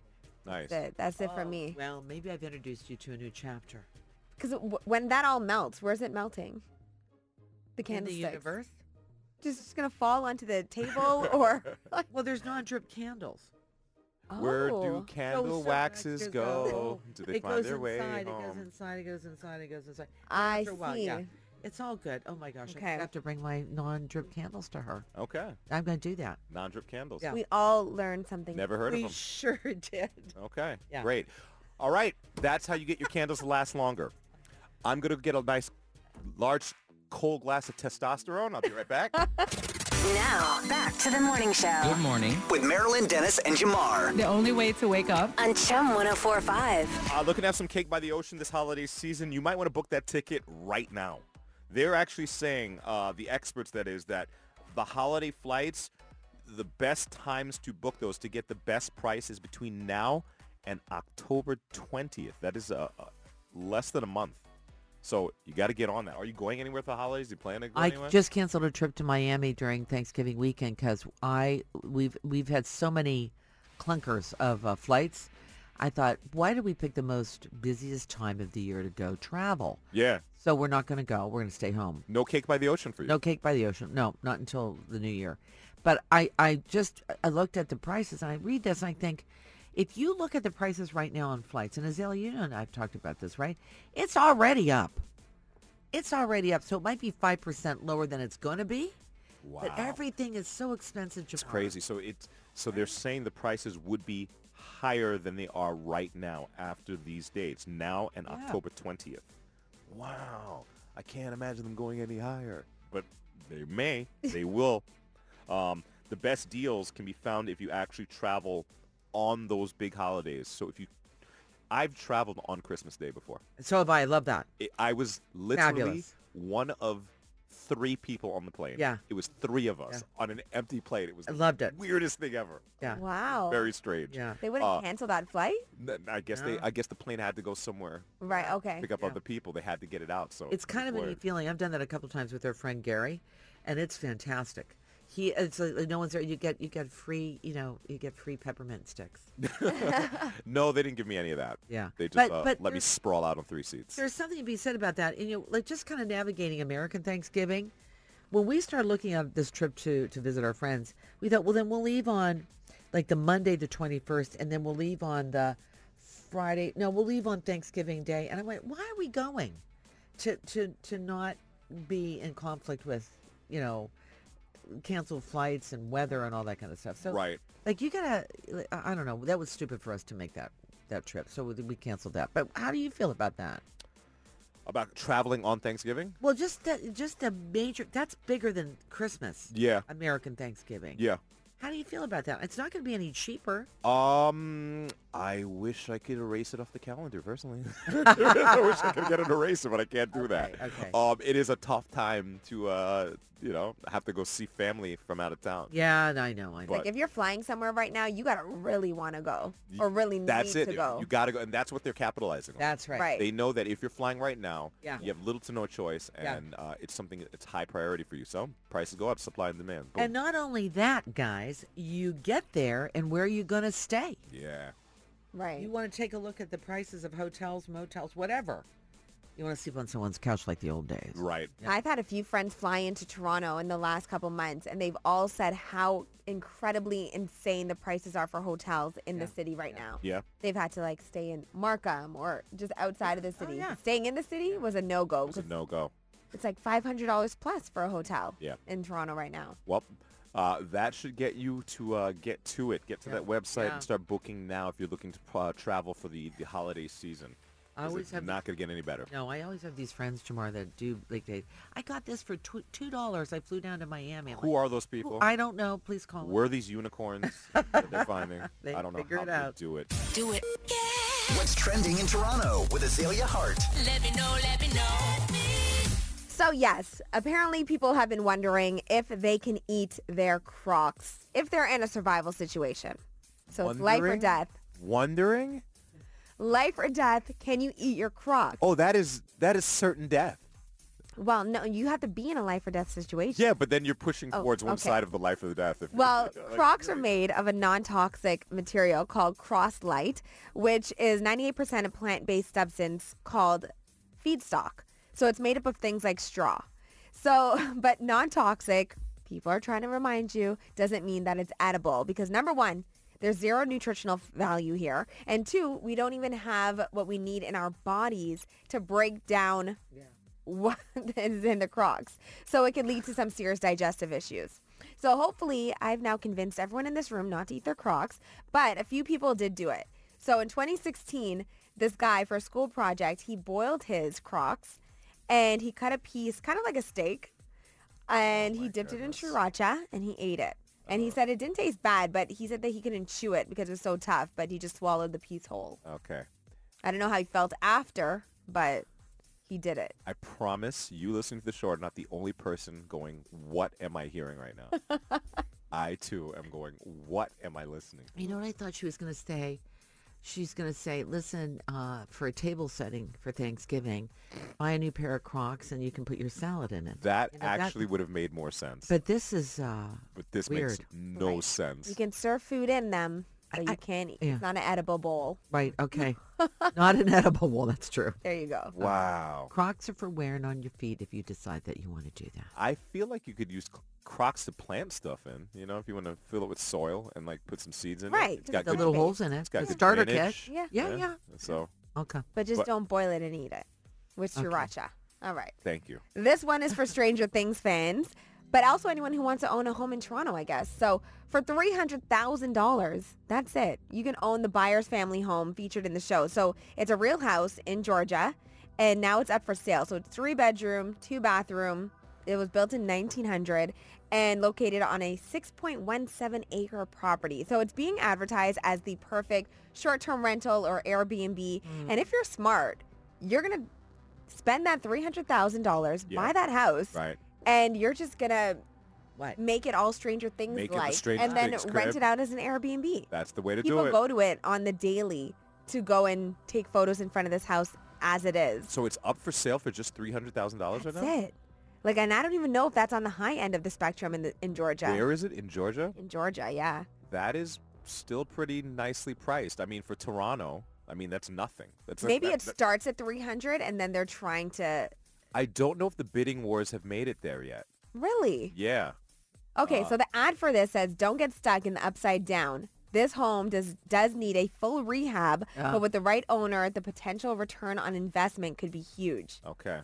Speaker 3: nice.
Speaker 7: That, that's
Speaker 4: Oh.
Speaker 7: it for me.
Speaker 4: Well, maybe I've introduced you to a new chapter.
Speaker 7: Because w- when that all melts, where's it melting? The
Speaker 4: In the
Speaker 7: candlesticks.
Speaker 4: universe?
Speaker 7: Just, just gonna fall
Speaker 3: [LAUGHS]
Speaker 7: onto the table, or
Speaker 4: Well, there's non-drip candles.
Speaker 3: Where
Speaker 7: Oh.
Speaker 3: do candle waxes
Speaker 4: [LAUGHS]
Speaker 3: go? Do they
Speaker 4: it
Speaker 3: find
Speaker 4: goes
Speaker 3: their way
Speaker 4: inside, It goes
Speaker 3: home?
Speaker 4: inside. It goes inside. It goes inside.
Speaker 7: I
Speaker 4: After a while, yeah.
Speaker 7: see.
Speaker 4: It's all good. Oh my gosh!
Speaker 7: Okay.
Speaker 4: I have to bring my non-drip candles to her.
Speaker 3: Okay,
Speaker 4: I'm going to do that.
Speaker 3: non-drip candles.
Speaker 4: Yeah.
Speaker 7: We all learn something.
Speaker 3: Never heard of
Speaker 4: we
Speaker 3: them.
Speaker 4: [LAUGHS] sure did.
Speaker 3: Okay.
Speaker 4: Yeah.
Speaker 3: Great. All right. That's how you get your candles to last longer. I'm going to get a nice large cold glass of testosterone. I'll be right back.
Speaker 1: Now, back to the morning show
Speaker 6: Good morning.
Speaker 5: With Marilyn Dennis and Jamar.
Speaker 8: The only way to wake up
Speaker 1: on Chum 1045.
Speaker 3: uh, looking to have some cake by the ocean this holiday season. You might want to book that ticket right now. They're actually saying, uh, the experts that is, that the holiday flights, the best times to book those to get the best price is between now and October 20th. That is uh, uh, less than a month. So you got to get on that. Are you going anywhere for the holidays? You planning to go
Speaker 4: I
Speaker 3: anywhere?
Speaker 4: just canceled a trip to Miami during Thanksgiving weekend because I we've we've had so many clunkers of uh, flights. I thought, why did we pick the most busiest time of the year to go travel?
Speaker 3: yeah.
Speaker 4: So we're not going to go. We're going to stay home.
Speaker 3: No cake by the ocean for you.
Speaker 4: No cake by the ocean. No, not until the new year. But I, I just I looked at the prices and I read this and I think if you look at the prices right now on flights, and Azalea, you know and I've talked about this, right? It's already up. It's already up, so it might be 5% lower than it's going to be. But
Speaker 3: Wow.
Speaker 4: everything is so expensive, Japan.
Speaker 3: It's crazy. So it's so they're saying the prices would be higher than they are right now after these dates, now and October 20th. Wow. I can't imagine them going any higher, but they may. They will. Um, the best deals can be found if you actually travel on those big holidays. So if you I've traveled on Christmas Day before.
Speaker 4: So have I. I love that.
Speaker 3: It, I was literally
Speaker 4: Fabulous.
Speaker 3: one of three people on the plane.
Speaker 4: Yeah.
Speaker 3: It was three of us on an empty plane. It was
Speaker 4: I
Speaker 3: the
Speaker 4: loved it.
Speaker 3: weirdest thing ever.
Speaker 4: Yeah.
Speaker 7: Wow.
Speaker 3: Very strange.
Speaker 4: Yeah.
Speaker 7: They wouldn't
Speaker 3: Uh,
Speaker 7: cancel that flight?
Speaker 3: N- I guess they.
Speaker 4: Yeah.
Speaker 3: I guess the plane had to go somewhere,
Speaker 7: Right, okay.
Speaker 3: pick up
Speaker 4: Yeah.
Speaker 3: other people. They had to get it out. So
Speaker 4: It's kind of a neat
Speaker 3: weird.
Speaker 4: feeling. I've done that a couple times with our friend Gary, and it's fantastic. He, it's like no one's there. You get you get free, you know, you get free peppermint sticks.
Speaker 3: No, they didn't give me any of that.
Speaker 4: e-, Yeah.
Speaker 3: They just
Speaker 4: But-
Speaker 3: uh, let
Speaker 4: but
Speaker 3: me
Speaker 4: there's-
Speaker 3: sprawl out on three seats.
Speaker 4: There's something to be said about that. And you know, like just kind of navigating American Thanksgiving. When we started looking at this trip to to visit our friends, we thought, well, then we'll leave on like the Monday the 21st, and then we'll leave on the Friday. No, we'll leave on Thanksgiving Day. And I went, why are we going to to to not be in conflict with you know canceled flights and weather and all that kind of stuff. So
Speaker 3: Right.
Speaker 4: like you gotta, I I don't know. That was stupid for us to make that that trip, so we we canceled that. But how do you feel about that?
Speaker 3: About traveling on Thanksgiving?
Speaker 4: Well, just the just the major that's bigger than Christmas.
Speaker 3: Yeah.
Speaker 4: American Thanksgiving.
Speaker 3: Yeah.
Speaker 4: How do you feel about that? It's not going to be any cheaper.
Speaker 3: Um, I wish I could erase it off the calendar
Speaker 4: [LAUGHS]
Speaker 3: personally. [LAUGHS] I wish I could get an eraser, but I can't do that.
Speaker 4: okay.
Speaker 3: Um, it is a tough time to uh, you know, have to go see family from out of town.
Speaker 4: Yeah, I know. I know.
Speaker 3: But-
Speaker 7: Like if you're flying somewhere right now, you gotta really wanna go.
Speaker 3: Y-
Speaker 7: Or really
Speaker 3: That's
Speaker 7: need
Speaker 3: it.
Speaker 7: to go.
Speaker 3: You gotta go, and that's what they're capitalizing on.
Speaker 4: that's right.
Speaker 7: Right.
Speaker 3: They know that if you're flying right now,
Speaker 4: Yeah.
Speaker 3: you have little to no choice,
Speaker 4: Yeah.
Speaker 3: and uh, it's something it's high priority for you. So prices go up, supply and demand. Boom.
Speaker 4: And not only that, guys, you get there and where are you going to stay?
Speaker 3: yeah,
Speaker 7: right.
Speaker 4: You want to take a look at the prices of hotels, motels, whatever. You want to sleep on someone's couch like the old days.
Speaker 3: right.
Speaker 7: I've had a few friends fly into Toronto in the last couple months, and they've all said how incredibly insane the prices are for hotels in the city right now.
Speaker 3: Yeah.
Speaker 7: They've had to like stay in Markham or just outside of the city.
Speaker 4: Oh, yeah.
Speaker 7: Staying in the city was a no go.
Speaker 3: It's a no go.
Speaker 7: It's like five hundred dollars plus for a hotel.
Speaker 3: Yeah.
Speaker 7: in Toronto right now.
Speaker 3: Well, uh, that should get you to uh, get to it. Get to that website
Speaker 4: Yeah.
Speaker 3: and start booking now if you're looking to uh, travel for the, the holiday season.
Speaker 4: I
Speaker 3: 'Cause
Speaker 4: always
Speaker 3: it's
Speaker 4: have the-
Speaker 3: not going to get any better.
Speaker 4: No, I always have these friends, Jamar, that do like they. I got this for tw- two dollars. I flew down to Miami. I'm
Speaker 3: Who
Speaker 4: like,
Speaker 3: are those
Speaker 4: "Who-
Speaker 3: people?
Speaker 4: I don't know. Please call. me."
Speaker 3: Were these
Speaker 4: [LAUGHS]
Speaker 3: unicorns that they're finding?
Speaker 4: They
Speaker 3: I don't know
Speaker 4: figure
Speaker 3: how
Speaker 4: it
Speaker 3: they
Speaker 4: out.
Speaker 3: do it.
Speaker 1: Do it.
Speaker 5: What's trending in Toronto with Azalea Hart?
Speaker 1: Let me know, let me know.
Speaker 7: So yes, apparently people have been wondering if they can eat their crocs if they're in a survival situation. So it's life or
Speaker 3: Wondering?
Speaker 7: death.
Speaker 3: Wondering?
Speaker 7: Life or death. Can you eat your croc?
Speaker 3: Oh, that is that is certain death.
Speaker 7: Well, no, you have to be in a life or death situation.
Speaker 3: Yeah, but then you're pushing
Speaker 7: Oh,
Speaker 3: towards one
Speaker 7: okay.
Speaker 3: side of the life or the death. [LAUGHS] If you're-
Speaker 7: Well,
Speaker 3: like,
Speaker 7: Crocs are
Speaker 3: great.
Speaker 7: made of a non-toxic material called cross-light, which is 98% a plant-based substance called feedstock. So it's made up of things like straw. So, [LAUGHS] but non-toxic, people are trying to remind you, doesn't mean that it's edible because number one, there's zero nutritional f- value here. And two, we don't even have what we need in our bodies to break down [LAUGHS] what is in the Crocs. So it could lead to some serious digestive issues. So hopefully I've now convinced everyone in this room not to eat their Crocs, but a few people did do it. So in 2016, this guy for a school project, he boiled his Crocs and he cut a piece kind of like a steak and he dipped it in sriracha and he ate it. And he said it didn't taste bad, but he said that he couldn't chew it because it was so tough, but he just swallowed the piece whole.
Speaker 3: Okay.
Speaker 7: I don't know how he felt after, but he did it.
Speaker 3: I promise you listening to the show are not the only person going, what am I hearing right now? I too am going, what am I listening to?
Speaker 4: You know what I thought she was going to say? She's going to say, listen, uh, for a table setting for Thanksgiving, buy a new pair of Crocs and you can put your salad in it.
Speaker 3: That
Speaker 4: You know, that-
Speaker 3: actually would have made more sense. But,
Speaker 4: But this is, uh,
Speaker 3: this makes
Speaker 4: weird.
Speaker 3: no sense.
Speaker 7: You can serve food in them, but you can't.
Speaker 4: yeah.
Speaker 7: It's not an edible bowl.
Speaker 4: right,
Speaker 3: [LAUGHS]
Speaker 4: okay. Not an edible. Well, that's true.
Speaker 7: There you go.
Speaker 3: wow.
Speaker 4: Crocs are for wearing on your feet if you decide that you want to do that.
Speaker 3: I feel like you could use c- crocs to plant stuff in, you know, if you want to fill it with soil and like put some seeds in
Speaker 7: Right,
Speaker 3: it. It's
Speaker 7: just
Speaker 3: got
Speaker 4: The
Speaker 7: good-
Speaker 4: little holes in it.
Speaker 3: it's got
Speaker 4: the
Speaker 3: good
Speaker 4: starter kit.
Speaker 3: drainage.
Speaker 7: Yeah.
Speaker 4: Yeah, yeah.
Speaker 3: So
Speaker 4: Okay.
Speaker 7: But just
Speaker 3: But-
Speaker 7: don't boil it and eat it with sriracha. All right.
Speaker 3: Thank you.
Speaker 7: This one is for Stranger Things fans, but also anyone who wants to own a home in Toronto, I guess. So for $300,000, that's it. You can own the buyer's family home featured in the show. So it's a real house in Georgia, and now it's up for sale. So it's three bedroom, two bathroom. It was built in 1900 and located on a 6.17 acre property. So it's being advertised as the perfect short-term rental or Airbnb. And if you're smart, you're going to spend that $300,000,
Speaker 3: Yeah.
Speaker 7: buy that house,
Speaker 3: Right.
Speaker 7: and you're just gonna
Speaker 4: What?
Speaker 7: make it all Stranger Things
Speaker 3: Make it the
Speaker 7: like,
Speaker 3: Stranger
Speaker 7: and then
Speaker 3: Things
Speaker 7: rent
Speaker 3: crib.
Speaker 7: it out as an Airbnb.
Speaker 3: That's the way to
Speaker 7: People
Speaker 3: do it.
Speaker 7: go to it on the daily to go and take photos in front of this house as it is.
Speaker 3: so it's up for sale for just three hundred thousand dollars right
Speaker 7: That's
Speaker 3: now.
Speaker 7: it. Like, and I don't even know if that's on the high end of the spectrum in the, in Georgia.
Speaker 3: Where is it in Georgia?
Speaker 7: In Georgia, yeah.
Speaker 3: That is still pretty nicely priced. I mean, for Toronto, I mean that's nothing. That's
Speaker 7: Maybe
Speaker 3: that-
Speaker 7: it
Speaker 3: that-
Speaker 7: starts at 300 and then they're trying to
Speaker 3: I don't know if the bidding wars have made it there yet.
Speaker 7: really.
Speaker 3: Yeah.
Speaker 7: Okay,
Speaker 4: Uh,
Speaker 7: so the ad for this says, "Don't get stuck in the upside down." This home does does need a full rehab,
Speaker 4: Yeah.
Speaker 7: but with the right owner, the potential return on investment could be huge.
Speaker 3: Okay.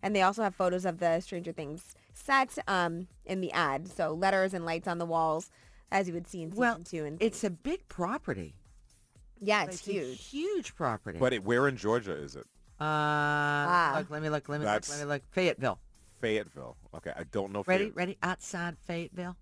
Speaker 7: And they also have photos of the Stranger Things set um, in the ad, so letters and lights on the walls, as you would see in season
Speaker 4: Well,
Speaker 7: two. And
Speaker 4: it's a big property.
Speaker 7: yeah, it's
Speaker 4: a
Speaker 7: huge.
Speaker 4: huge property.
Speaker 3: But it, where in Georgia is it?
Speaker 4: uh,
Speaker 7: Ah.
Speaker 4: look, let me look. Let me look.
Speaker 3: That's-
Speaker 4: Let me look. Fayetteville.
Speaker 3: Fayetteville. Okay. I don't know. [LAUGHS]
Speaker 4: Ready?
Speaker 3: Fayette-
Speaker 4: Ready? Outside Fayetteville.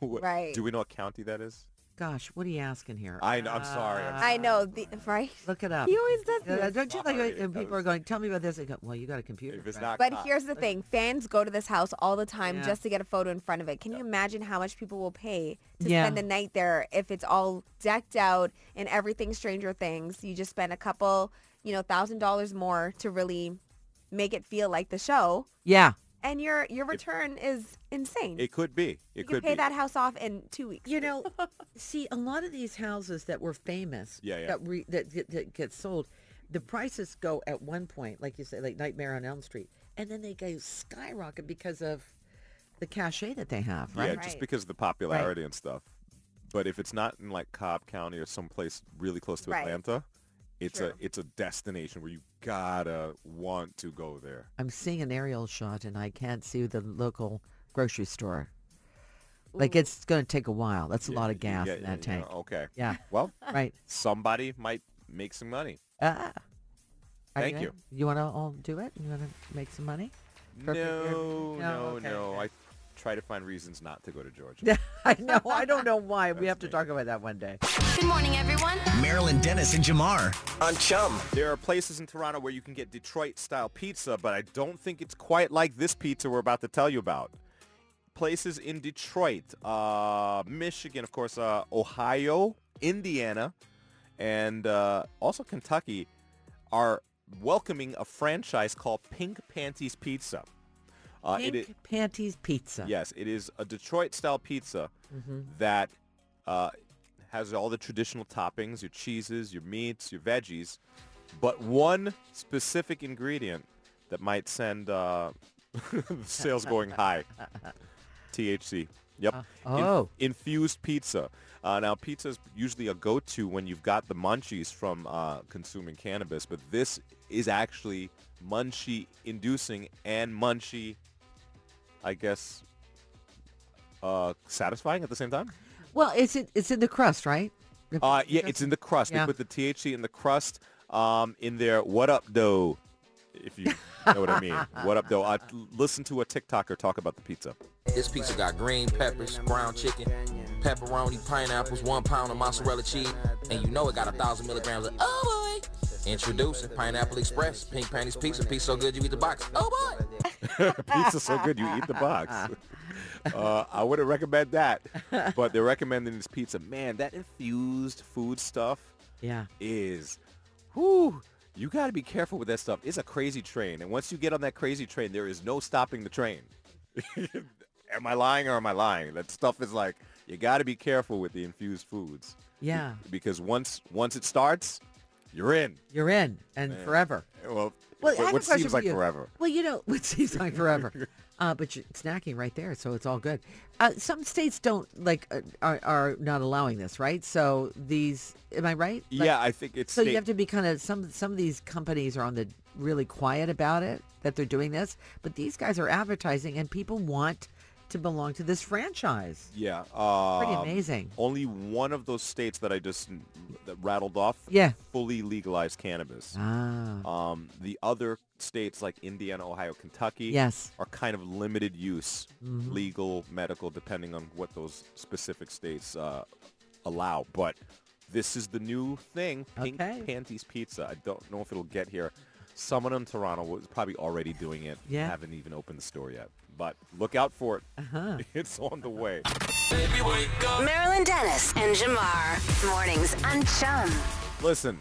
Speaker 3: what-
Speaker 7: Right.
Speaker 3: Do we know what county that is?
Speaker 4: Gosh, what are you asking here?
Speaker 3: I know. I'm sorry. I'm
Speaker 7: I know, the, right?
Speaker 4: uh, Look it up.
Speaker 7: He always does
Speaker 4: Uh,
Speaker 7: this.
Speaker 4: don't you like
Speaker 3: Sorry,
Speaker 4: when
Speaker 3: that
Speaker 4: people
Speaker 3: was-
Speaker 4: are going? Tell me about this. I go, well, you got a computer.
Speaker 3: If it's
Speaker 4: friend."
Speaker 3: not,
Speaker 7: But
Speaker 3: caught-
Speaker 7: here's the thing: fans go to this house all the time
Speaker 4: Yeah.
Speaker 7: just to get a photo in front of it. Can you imagine how much people will pay to
Speaker 4: Yeah.
Speaker 7: spend the night there if it's all decked out and everything Stranger Things? You just spend a couple, you know, thousand dollars more to really make it feel like the show,
Speaker 4: Yeah.
Speaker 7: and your your return is insane.
Speaker 3: It could be. It
Speaker 7: you
Speaker 3: could
Speaker 7: can pay
Speaker 3: be.
Speaker 7: that house off in two weeks.
Speaker 3: [LAUGHS]
Speaker 4: You know, see, a lot of these houses that were famous
Speaker 3: Yeah, yeah.
Speaker 4: That, re, that, get- that get sold, the prices go at one point, like you say, like Nightmare on Elm Street, and then they go skyrocket because of the cachet that they have,
Speaker 3: Yeah,
Speaker 4: right?
Speaker 3: just
Speaker 7: Right.
Speaker 3: because of the popularity and stuff. But if it's not in like Cobb County or someplace really close to
Speaker 7: Right.
Speaker 3: Atlanta, it's
Speaker 7: True.
Speaker 3: a it's a destination where you gotta want to go there.
Speaker 4: I'm seeing an aerial shot, and I can't see the local grocery store. Like it's going to take a while. That's a lot of gas
Speaker 3: Yeah,
Speaker 4: in that
Speaker 3: yeah,
Speaker 4: tank.
Speaker 3: Okay.
Speaker 4: [LAUGHS] Yeah,
Speaker 3: Well,
Speaker 4: right.
Speaker 3: somebody might make some money.
Speaker 4: Ah. Are
Speaker 3: Thank
Speaker 4: gonna-
Speaker 3: you.
Speaker 4: You want to all do it? You want to make some money?
Speaker 3: No,
Speaker 4: Perfect.
Speaker 3: no, no.
Speaker 4: okay,
Speaker 3: I try to find reasons not to go to Georgia.
Speaker 4: [LAUGHS] I know. I don't know why. we have to talk about that one day.
Speaker 2: Good morning, everyone.
Speaker 5: Marilyn Dennis and Jamar on Chum.
Speaker 3: there are places in Toronto where you can get Detroit-style pizza, but I don't think it's quite like this pizza we're about to tell you about. Places in Detroit, uh, Michigan, of course, uh, Ohio, Indiana, and uh, also Kentucky are welcoming a franchise called Pink Panties Pizza. Uh, it
Speaker 4: Pink
Speaker 3: i-
Speaker 4: Panties Pizza.
Speaker 3: Yes, it is a Detroit-style pizza that uh, has all the traditional toppings, your cheeses, your meats, your veggies, but one specific ingredient that might send uh, [LAUGHS] sales going high. THC. Yep. In-
Speaker 4: oh.
Speaker 3: infused pizza. Uh, now, pizza is usually a go-to when you've got the munchies from uh, consuming cannabis, but this is actually munchie-inducing and munchie, I guess, uh, satisfying at the same time.
Speaker 4: Well, it's in, it's in the crust, right? The-
Speaker 3: Uh, yeah, it's in the crust.
Speaker 4: Yeah.
Speaker 3: They put the THC in the crust um, in their what up dough, if you know what I mean. What up dough. Uh, listen to a TikToker talk about the pizza.
Speaker 6: This pizza got green peppers, brown chicken, pepperoni, pineapples, one pound of mozzarella cheese, and you know it got a thousand milligrams of oh boy. Introducing Pineapple Express, Pink Panties Pizza, pizza so good you eat the box. Oh boy.
Speaker 3: Pizza's so good you eat the box. Uh, I wouldn't recommend that, but they're recommending this pizza. Man, that infused food stuff
Speaker 4: yeah.
Speaker 3: is, whoo, you got to be careful with that stuff. It's a crazy train, and once you get on that crazy train, there is no stopping the train. [LAUGHS] am I lying or am I lying? That stuff is like you got to be careful with the infused foods.
Speaker 4: Yeah.
Speaker 3: because once once it starts, You're in.
Speaker 4: You're in and forever.
Speaker 3: Well,
Speaker 4: Well,
Speaker 3: what-
Speaker 4: I have
Speaker 3: what
Speaker 4: a question
Speaker 3: seems
Speaker 4: for
Speaker 3: like
Speaker 4: you.
Speaker 3: forever.
Speaker 4: Well, you know, [LAUGHS] what seems like
Speaker 3: [LAUGHS]
Speaker 4: forever. Uh, but you're snacking right there, so it's all good. Uh, some states don't like uh, are, are not allowing this, right? So these, am I right? Like,
Speaker 3: yeah, I think it's.
Speaker 4: So you
Speaker 3: state-
Speaker 4: have to be kind of some some of these companies are on the really quiet about it that they're doing this, but these guys are advertising and people want to belong to this franchise.
Speaker 3: Yeah. Um,
Speaker 4: Pretty amazing.
Speaker 3: Only one of those states that I just that rattled off
Speaker 4: Yeah.
Speaker 3: fully legalized cannabis.
Speaker 4: Ah,
Speaker 3: Um, the other states like Indiana, Ohio, Kentucky
Speaker 4: Yes. Mm-hmm.
Speaker 3: are kind of limited use, legal, medical, depending on what those specific states uh, allow. But this is the new thing, Pink
Speaker 4: Okay.
Speaker 3: Panties Pizza. I don't know if it'll get here. Someone in Toronto was probably already doing it.
Speaker 4: Yeah.
Speaker 3: Haven't even opened the store yet. But look out for it. Uh-huh. [LAUGHS] It's on the way.
Speaker 1: Marilyn Dennis and Jamar. Mornings on Chum.
Speaker 3: Listen,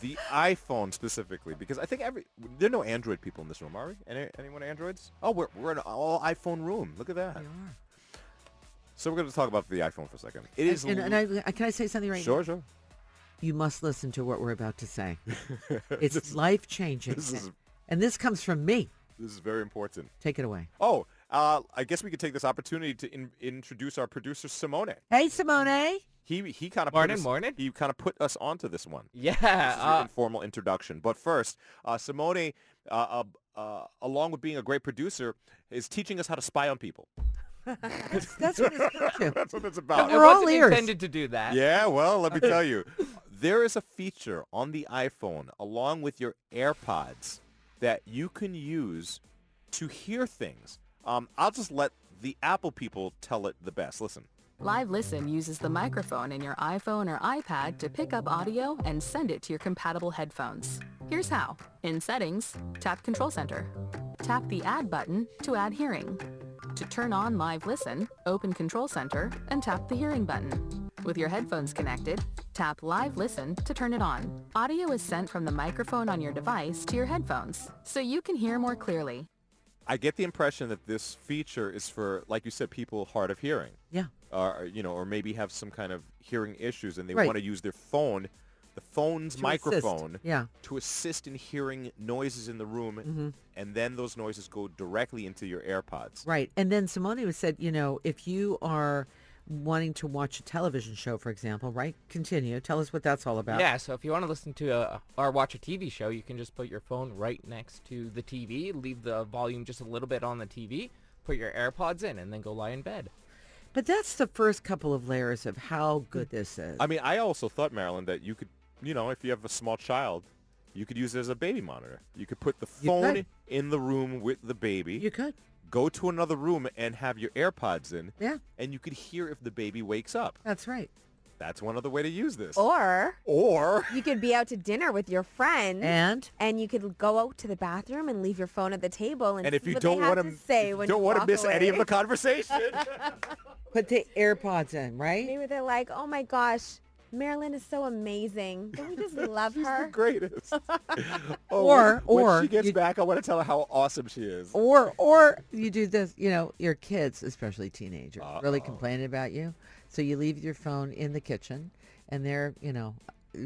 Speaker 3: the iPhone specifically, because I think every there are no Android people in this room, are we? Any, anyone Androids? Oh, we're we're an all iPhone room. Look at that.
Speaker 4: they are.
Speaker 3: So we're going to talk about the iPhone for a second. It is
Speaker 4: And, and I, can I say something right now?
Speaker 3: sure, sure.
Speaker 4: you must listen to what we're about
Speaker 3: [LAUGHS]
Speaker 4: to say. It's life changing.
Speaker 3: this is-
Speaker 4: And this comes from me.
Speaker 3: This is very important.
Speaker 4: Take it away.
Speaker 3: Oh, uh, I guess we could take this opportunity to in- introduce our producer Simone.
Speaker 4: Hey, Simone.
Speaker 3: He he kind of
Speaker 8: Morning, morning.
Speaker 3: He kind of put us onto this one.
Speaker 8: Yeah.
Speaker 3: This is your
Speaker 8: Uh,
Speaker 3: informal introduction. But first, uh, Simone, uh, uh, uh, along with being a great producer, is teaching us how to spy on people.
Speaker 4: That's what it's
Speaker 3: [LAUGHS]
Speaker 4: come to.
Speaker 3: That's what it's
Speaker 8: it
Speaker 3: about.
Speaker 4: we're all
Speaker 8: wasn't
Speaker 4: ears.
Speaker 8: intended to do that.
Speaker 3: Yeah, well, [LAUGHS] let me tell you. There is a feature on the iPhone along with your AirPods that you can use to hear things. Um, I'll just let the Apple people tell it the best. Listen.
Speaker 9: Live Listen uses the microphone in your iPhone or iPad to pick up audio and send it to your compatible headphones. Here's how. In Settings, tap Control Center. Tap the Add button to add hearing. To turn on Live Listen, open Control Center and tap the Hearing button. With your headphones connected, tap Live Listen to turn it on. Audio is sent from the microphone on your device to your headphones, so you can hear more clearly.
Speaker 3: I get the impression that this feature is for, like you said, people hard of hearing,
Speaker 4: Yeah.
Speaker 3: or or, you know, or maybe have some kind of hearing issues, and they
Speaker 4: Right.
Speaker 3: want to use their phone, the phone's
Speaker 4: To assist.
Speaker 3: microphone,
Speaker 4: Yeah. Mm-hmm.
Speaker 3: to assist in hearing noises in the room, and then those noises go directly into your AirPods.
Speaker 4: Right. And then Simone was said, you know, if you are wanting to watch a television show, for example, right? Continue. Tell us what that's all about.
Speaker 8: Yeah, so if you want to listen to a, or watch a TV show, you can just put your phone right next to the TV, leave the volume just a little bit on the TV, put your AirPods in, and then go lie in bed.
Speaker 4: But that's the first couple of layers of
Speaker 3: Mm.
Speaker 4: how good this is.
Speaker 3: I mean, I also thought, Marilyn, that you could, you know, if you have a small child, you could use it as a baby monitor. You could put the
Speaker 4: You
Speaker 3: phone
Speaker 4: could.
Speaker 3: in the room with the baby,
Speaker 4: you could.
Speaker 3: go to another room and have your AirPods in,
Speaker 4: Yeah.
Speaker 3: and you could hear if the baby wakes up.
Speaker 4: That's right.
Speaker 3: That's one other way to use this.
Speaker 7: Or
Speaker 3: Or
Speaker 7: you could be out to dinner with your
Speaker 3: Mm.
Speaker 7: friends.
Speaker 4: And
Speaker 7: and you could go out to the bathroom and leave your phone at the table and,
Speaker 3: and if
Speaker 7: see
Speaker 3: you
Speaker 7: what
Speaker 3: don't
Speaker 7: they have
Speaker 3: want
Speaker 7: to say when
Speaker 3: don't
Speaker 7: you
Speaker 3: want to
Speaker 7: walk
Speaker 3: miss any of the
Speaker 7: away.
Speaker 3: conversation.
Speaker 4: put the AirPods in, right?
Speaker 7: Maybe they're like, oh my gosh, Marilyn is so amazing. Don't we
Speaker 3: [LAUGHS]
Speaker 7: just love [LAUGHS] her?
Speaker 3: Greatest. Oh,
Speaker 4: Or-
Speaker 3: when, when
Speaker 4: or
Speaker 3: she gets
Speaker 4: you-
Speaker 3: back, I want to tell her how awesome she is.
Speaker 4: or or you do this you know your kids especially teenagers really complaining about you so you leave your phone in the kitchen and they're you know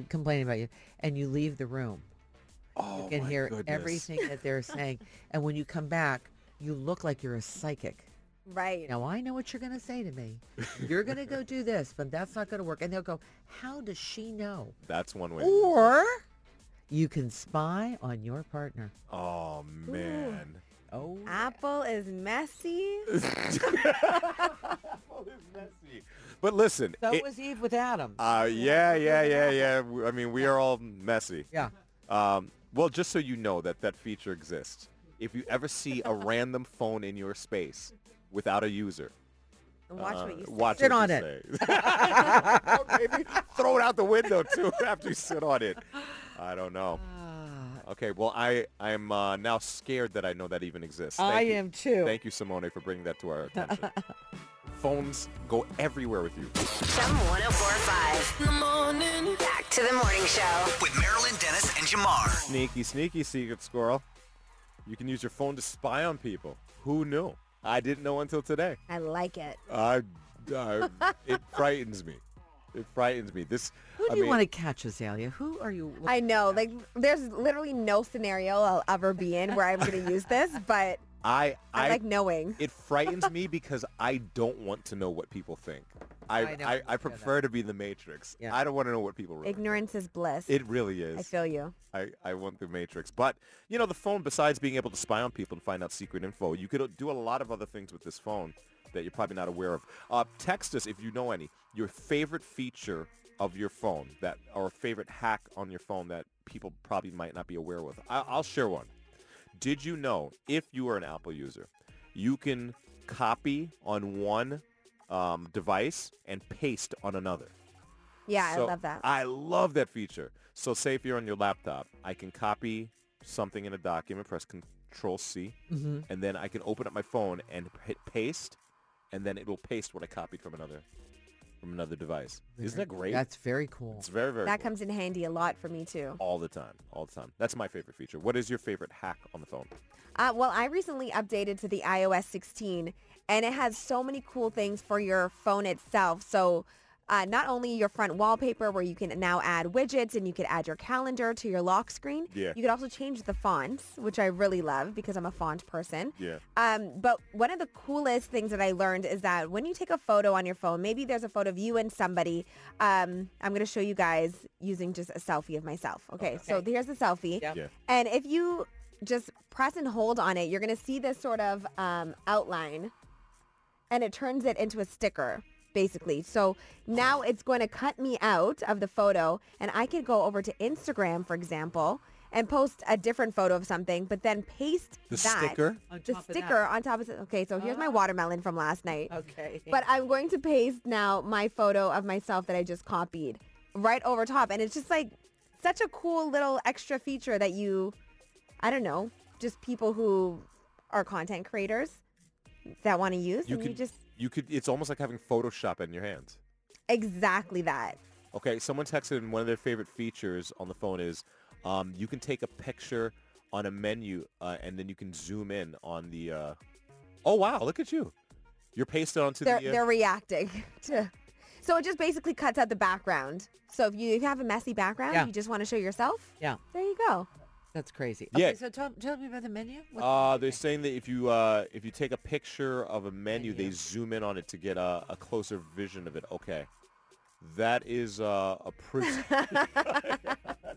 Speaker 4: complaining about you and you leave the room
Speaker 3: Oh,
Speaker 4: you can
Speaker 3: my
Speaker 4: hear
Speaker 3: goodness.
Speaker 4: everything that
Speaker 3: [LAUGHS]
Speaker 4: they're saying and when you come back you look like you're a psychic
Speaker 7: Right.
Speaker 4: now i know what you're going to say to me you're going to go do this but that's not going to work and they'll go how does she know
Speaker 3: That's one way. to use it.
Speaker 4: or you can spy on your partner
Speaker 3: Oh man.
Speaker 4: oh
Speaker 7: Apple
Speaker 3: [LAUGHS]
Speaker 7: is messy.
Speaker 3: Oh, But listen,
Speaker 4: so
Speaker 3: it-
Speaker 4: was eve with adam
Speaker 3: uh, yeah, yeah, yeah, yeah. W- I mean, we are all messy.
Speaker 4: yeah
Speaker 3: Um, well, just so you know that that feature exists. If you ever see a random phone in your space without a user,
Speaker 7: Watch
Speaker 3: uh,
Speaker 7: what you say. [LAUGHS]
Speaker 3: watch
Speaker 4: Sit
Speaker 3: what you
Speaker 4: on it.
Speaker 3: say. [LAUGHS] Or maybe throw it out the window too [LAUGHS] after you sit on it. I don't know.
Speaker 4: Ah.
Speaker 3: Okay, well, I I'm uh, now scared that I know that even exists. Thank
Speaker 4: i
Speaker 3: you.
Speaker 4: am too
Speaker 3: Thank you, Simone, for bringing that to our
Speaker 4: [LAUGHS]
Speaker 3: attention. Phones go everywhere with you.
Speaker 1: Chum 1045. In the morning. Back to the morning show.
Speaker 5: With Marilyn Dennis and Jamar.
Speaker 3: Sneaky, sneaky, secret squirrel. You can use your phone to spy on people. Who knew? I didn't know until today.
Speaker 7: I like it.
Speaker 4: [LAUGHS]
Speaker 3: I, I- it frightens me. it frightens me. This
Speaker 4: Who do
Speaker 3: I
Speaker 4: you
Speaker 3: mean,
Speaker 4: want to catch, Azalea? Who are you?
Speaker 7: I know. Like, there's literally no scenario I'll ever be in where I'm going to use this, but
Speaker 3: I
Speaker 7: I,
Speaker 3: I
Speaker 7: like knowing.
Speaker 3: it frightens me because I don't want to know what people think. I
Speaker 4: I
Speaker 3: I,
Speaker 4: know, I
Speaker 3: I,
Speaker 4: understand
Speaker 3: prefer to be the Matrix.
Speaker 4: Yeah.
Speaker 3: I don't want to know what people really.
Speaker 7: Ignorance is bliss.
Speaker 3: It really is.
Speaker 7: I feel you.
Speaker 3: I, I want the Matrix. But, you know, the phone, besides being able to spy on people and find out secret info, you could uh, do a lot of other things with this phone that you're probably not aware of. Uh, text us, if you know any, your favorite feature of your phone that or a favorite hack on your phone that people probably might not be aware of. I, I'll share one. Did you know if you are an Apple user, you can copy on one um, device and paste on another?
Speaker 7: Yeah,
Speaker 3: So
Speaker 7: I love that.
Speaker 3: I love that feature. So say if you're on your laptop, I can copy something in a document, press Control C,
Speaker 4: Mm-hmm.
Speaker 3: and then I can open up my phone and hit paste, and then it will paste what I copied from another from another device. Isn't that great?
Speaker 4: That's very cool.
Speaker 3: it's very very
Speaker 7: that
Speaker 3: cool.
Speaker 7: comes in handy a lot for me, too.
Speaker 3: all the time, all the time. That's my favorite feature. What is your favorite hack on the phone?
Speaker 7: Uh, well, I recently updated to the iOS 16, and it has so many cool things for your phone itself. So uh, not only your front wallpaper, where you can now add widgets and you can add your calendar to your lock screen.
Speaker 3: Yeah.
Speaker 7: You could also change the fonts, which I really love because I'm a font person.
Speaker 3: Yeah.
Speaker 7: Um, but one of the coolest things that I learned is that when you take a photo on your phone, maybe there's a photo of you and somebody. Um, I'm going to show you guys using just a selfie of myself. Okay, so here's the selfie.
Speaker 4: Yep.
Speaker 3: Yeah.
Speaker 7: And if you just press and hold on it, you're going to see this sort of um, outline and it turns it into a sticker basically. So now it's going to cut me out of the photo and I could go over to Instagram, for example, and post a different photo of something, but then paste
Speaker 3: The
Speaker 7: that
Speaker 3: sticker?
Speaker 4: On
Speaker 7: the
Speaker 4: top of that. Oh.
Speaker 7: sticker on top of it. Okay, so here's my watermelon from last night.
Speaker 4: Okay.
Speaker 7: But I'm going to paste now my photo of myself that I just copied right over top. And it's just like such a cool little extra feature that you, I don't know, just people who are content creators that want to use.
Speaker 3: You
Speaker 7: and
Speaker 3: could
Speaker 7: you just,
Speaker 3: you could it's almost like having Photoshop in your hands.
Speaker 7: exactly that.
Speaker 3: Okay, someone texted in one of their favorite features on the phone is um, you can take a picture on a menu uh, and then you can zoom in on the. Uh... Oh wow! Look at you. You're pasted onto
Speaker 7: They're,
Speaker 3: the. Uh...
Speaker 7: they're reacting [LAUGHS] to. So it just basically cuts out the background. So if you, if you have a messy background,
Speaker 4: Yeah.
Speaker 7: you just want to show yourself,
Speaker 4: yeah,
Speaker 7: there you go.
Speaker 4: that's crazy.
Speaker 3: Yeah.
Speaker 4: Okay, so tell, tell me about the menu. What-
Speaker 3: Uh, they're saying that if you uh, if you take a picture of a menu, they zoom in on it to get a, a closer vision of it. Okay, that is uh, a pretty.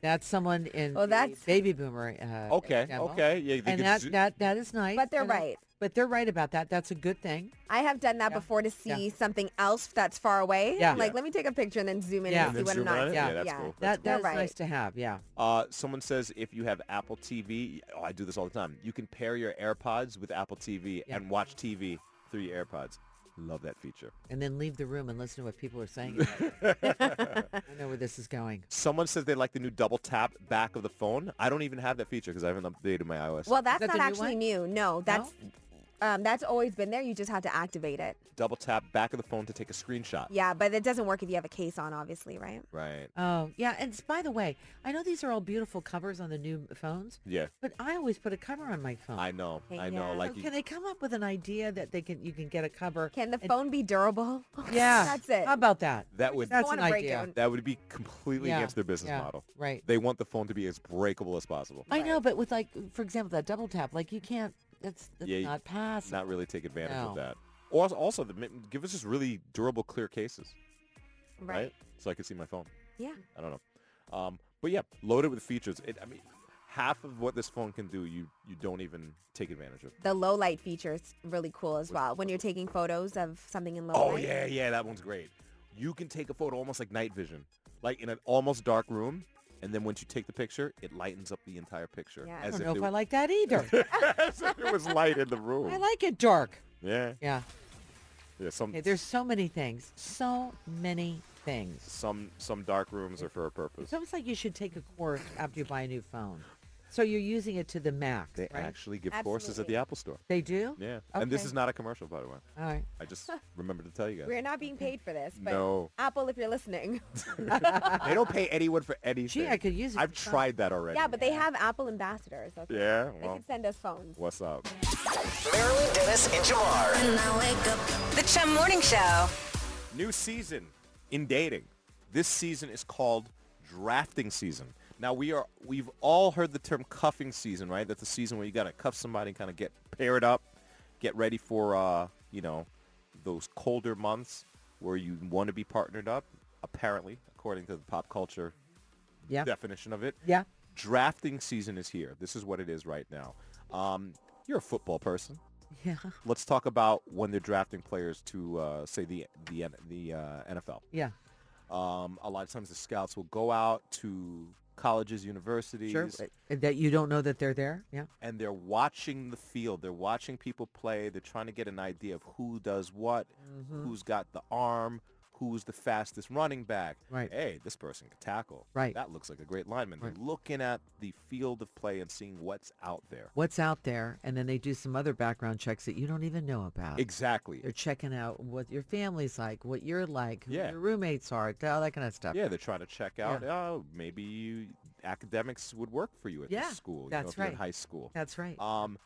Speaker 4: that's someone in
Speaker 7: Well,
Speaker 4: the
Speaker 7: that's-
Speaker 4: baby boomer. Uh,
Speaker 3: Oh, Okay,
Speaker 4: demo.
Speaker 3: okay, yeah, they
Speaker 4: And
Speaker 3: could
Speaker 4: that,
Speaker 3: zo-
Speaker 4: that that is nice.
Speaker 7: But they're
Speaker 4: you know.
Speaker 7: right.
Speaker 4: But they're right about that. That's a good thing.
Speaker 7: I have done that
Speaker 4: Yeah.
Speaker 7: before to see
Speaker 4: Yeah.
Speaker 7: something else that's far away.
Speaker 4: Yeah.
Speaker 7: Like,
Speaker 3: Yeah.
Speaker 7: let me take a picture and then zoom in
Speaker 4: Yeah. And
Speaker 7: and see
Speaker 3: then
Speaker 7: what I'm
Speaker 3: zoom in
Speaker 7: not
Speaker 3: on it?
Speaker 7: seeing.
Speaker 3: Yeah,
Speaker 4: Yeah.
Speaker 3: that's cool.
Speaker 4: That
Speaker 7: They're
Speaker 4: that's
Speaker 7: right.
Speaker 4: nice to have. Yeah.
Speaker 3: Uh, someone says if you have Apple TV, oh, I do this all the time. You can pair your AirPods with Apple TV
Speaker 4: Yeah.
Speaker 3: and watch TV through your AirPods. Love that feature.
Speaker 4: And then leave the room and listen to what people are saying. [LAUGHS] I know where this is going.
Speaker 3: Someone says they like the new double tap back of the phone. I don't even have that feature because I haven't updated my iOS.
Speaker 7: Well, that's
Speaker 4: that
Speaker 7: not
Speaker 4: the new
Speaker 7: actually
Speaker 4: one?
Speaker 7: new. No, that's um, that's always been there. You just have to activate it.
Speaker 3: double tap back of the phone to take a screenshot.
Speaker 7: Yeah, but it doesn't work if you have a case on, obviously, right?
Speaker 3: Right.
Speaker 4: Oh yeah. And s- by the way, I know these are all beautiful covers on the new phones,
Speaker 3: Yeah.
Speaker 4: but I always put a cover on my phone.
Speaker 3: I know.
Speaker 7: Hey,
Speaker 3: I know.
Speaker 7: yeah.
Speaker 3: Like
Speaker 4: So
Speaker 3: you,
Speaker 4: can they come up with an idea that they can you can get a cover?
Speaker 7: Can the
Speaker 4: and-
Speaker 7: phone be durable?
Speaker 4: [LAUGHS]
Speaker 7: [LAUGHS]
Speaker 4: Yeah.
Speaker 7: that's it.
Speaker 4: How about that?
Speaker 3: that would
Speaker 4: That's
Speaker 7: Don't
Speaker 4: an
Speaker 7: wanna break
Speaker 4: idea.
Speaker 7: it.
Speaker 3: that would be completely
Speaker 4: Yeah,
Speaker 3: against their business
Speaker 4: yeah,
Speaker 3: model.
Speaker 4: right.
Speaker 3: They want the phone to be as breakable as possible.
Speaker 4: I know, but with like, for example, that double tap, like you can't. That's, that's
Speaker 3: Yeah, you-
Speaker 4: not pass.
Speaker 3: Not really take advantage of
Speaker 4: No.
Speaker 3: that. Or als- also, the, give us just really durable, clear cases,
Speaker 7: right.
Speaker 3: right? So I could see my phone.
Speaker 7: Yeah.
Speaker 3: I don't know. Um, but yeah, loaded with features. It, I mean, half of what this phone can do, you you don't even take advantage of.
Speaker 7: The low light feature is really cool as well. When you're taking photos of something in low
Speaker 3: Oh
Speaker 7: light.
Speaker 3: yeah, yeah, that one's great. You can take a photo almost like night vision, like in an almost dark room, and then once you take the picture, it lightens up the entire picture.
Speaker 7: Yeah. I
Speaker 4: I
Speaker 3: As
Speaker 4: [LAUGHS] don't
Speaker 3: if,
Speaker 4: know if
Speaker 3: there,
Speaker 4: I like that either.
Speaker 3: [LAUGHS] as if there was light in the room.
Speaker 4: I like it dark.
Speaker 3: yeah,
Speaker 4: Yeah.
Speaker 3: yeah. Some
Speaker 4: Okay, there's so many things. So many things.
Speaker 3: some some dark rooms are for a purpose.
Speaker 4: [LAUGHS] It's almost like you should take a course after you buy a new phone. So you're using it to the max,
Speaker 3: They
Speaker 4: right?
Speaker 3: actually give courses at the Apple Store.
Speaker 4: they do?
Speaker 3: Yeah, and this
Speaker 4: Okay.
Speaker 3: is not a commercial, by the way.
Speaker 4: All right.
Speaker 3: I
Speaker 4: [LAUGHS]
Speaker 3: just remembered to tell you guys.
Speaker 7: We're not being paid for this, but
Speaker 3: No.
Speaker 7: Apple, if you're
Speaker 3: [LAUGHS]
Speaker 7: listening.
Speaker 3: They don't pay anyone for anything.
Speaker 4: I could use it
Speaker 3: I've
Speaker 4: for something.
Speaker 3: tried that already.
Speaker 7: yeah, but they have Apple ambassadors. Okay?
Speaker 3: Yeah,
Speaker 7: They
Speaker 3: well,
Speaker 7: could send us phones.
Speaker 3: what's up?
Speaker 5: Marilyn Dennis and Jamar.
Speaker 2: When I wake up,
Speaker 1: The Chum Morning Show.
Speaker 3: New season in dating. This season is called drafting season. Now we are we've all heard the term cuffing season, right? That's the season where you got to cuff somebody and kind of get paired up, get ready for uh, you know, those colder months where you want to be partnered up, apparently, according to the pop culture
Speaker 4: Yeah.
Speaker 3: definition of it.
Speaker 4: Yeah.
Speaker 3: Drafting season is here. This is what it is right now. Um, you're a football person.
Speaker 4: Yeah.
Speaker 3: Let's talk about when they're drafting players to uh, say the the N- the uh, NFL.
Speaker 4: Yeah.
Speaker 3: Um, a lot of times the scouts will go out to colleges, universities,
Speaker 4: Sure. Uh, That you don't know that they're there. Yeah.
Speaker 3: and they're watching the field. They're watching people play. They're trying to get an idea of who does what,
Speaker 4: Mm-hmm.
Speaker 3: who's got the arm, who's the fastest running back.
Speaker 4: Right.
Speaker 3: Hey, this person can tackle.
Speaker 4: Right.
Speaker 3: That looks like a great lineman. They're looking at the field of play and seeing what's out there.
Speaker 4: What's out there, and then they do some other background checks that you don't even know about.
Speaker 3: Exactly.
Speaker 4: They're checking out what your family's like, what you're like, who
Speaker 3: Yeah.
Speaker 4: your roommates are, all that kind of stuff.
Speaker 3: Yeah, they're trying to check out.
Speaker 4: Yeah.
Speaker 3: Oh, maybe you, academics would work for you at
Speaker 4: Yeah,
Speaker 3: this school. You know,
Speaker 4: that's
Speaker 3: if you're in
Speaker 4: right.
Speaker 3: high school.
Speaker 4: That's right.
Speaker 3: Um,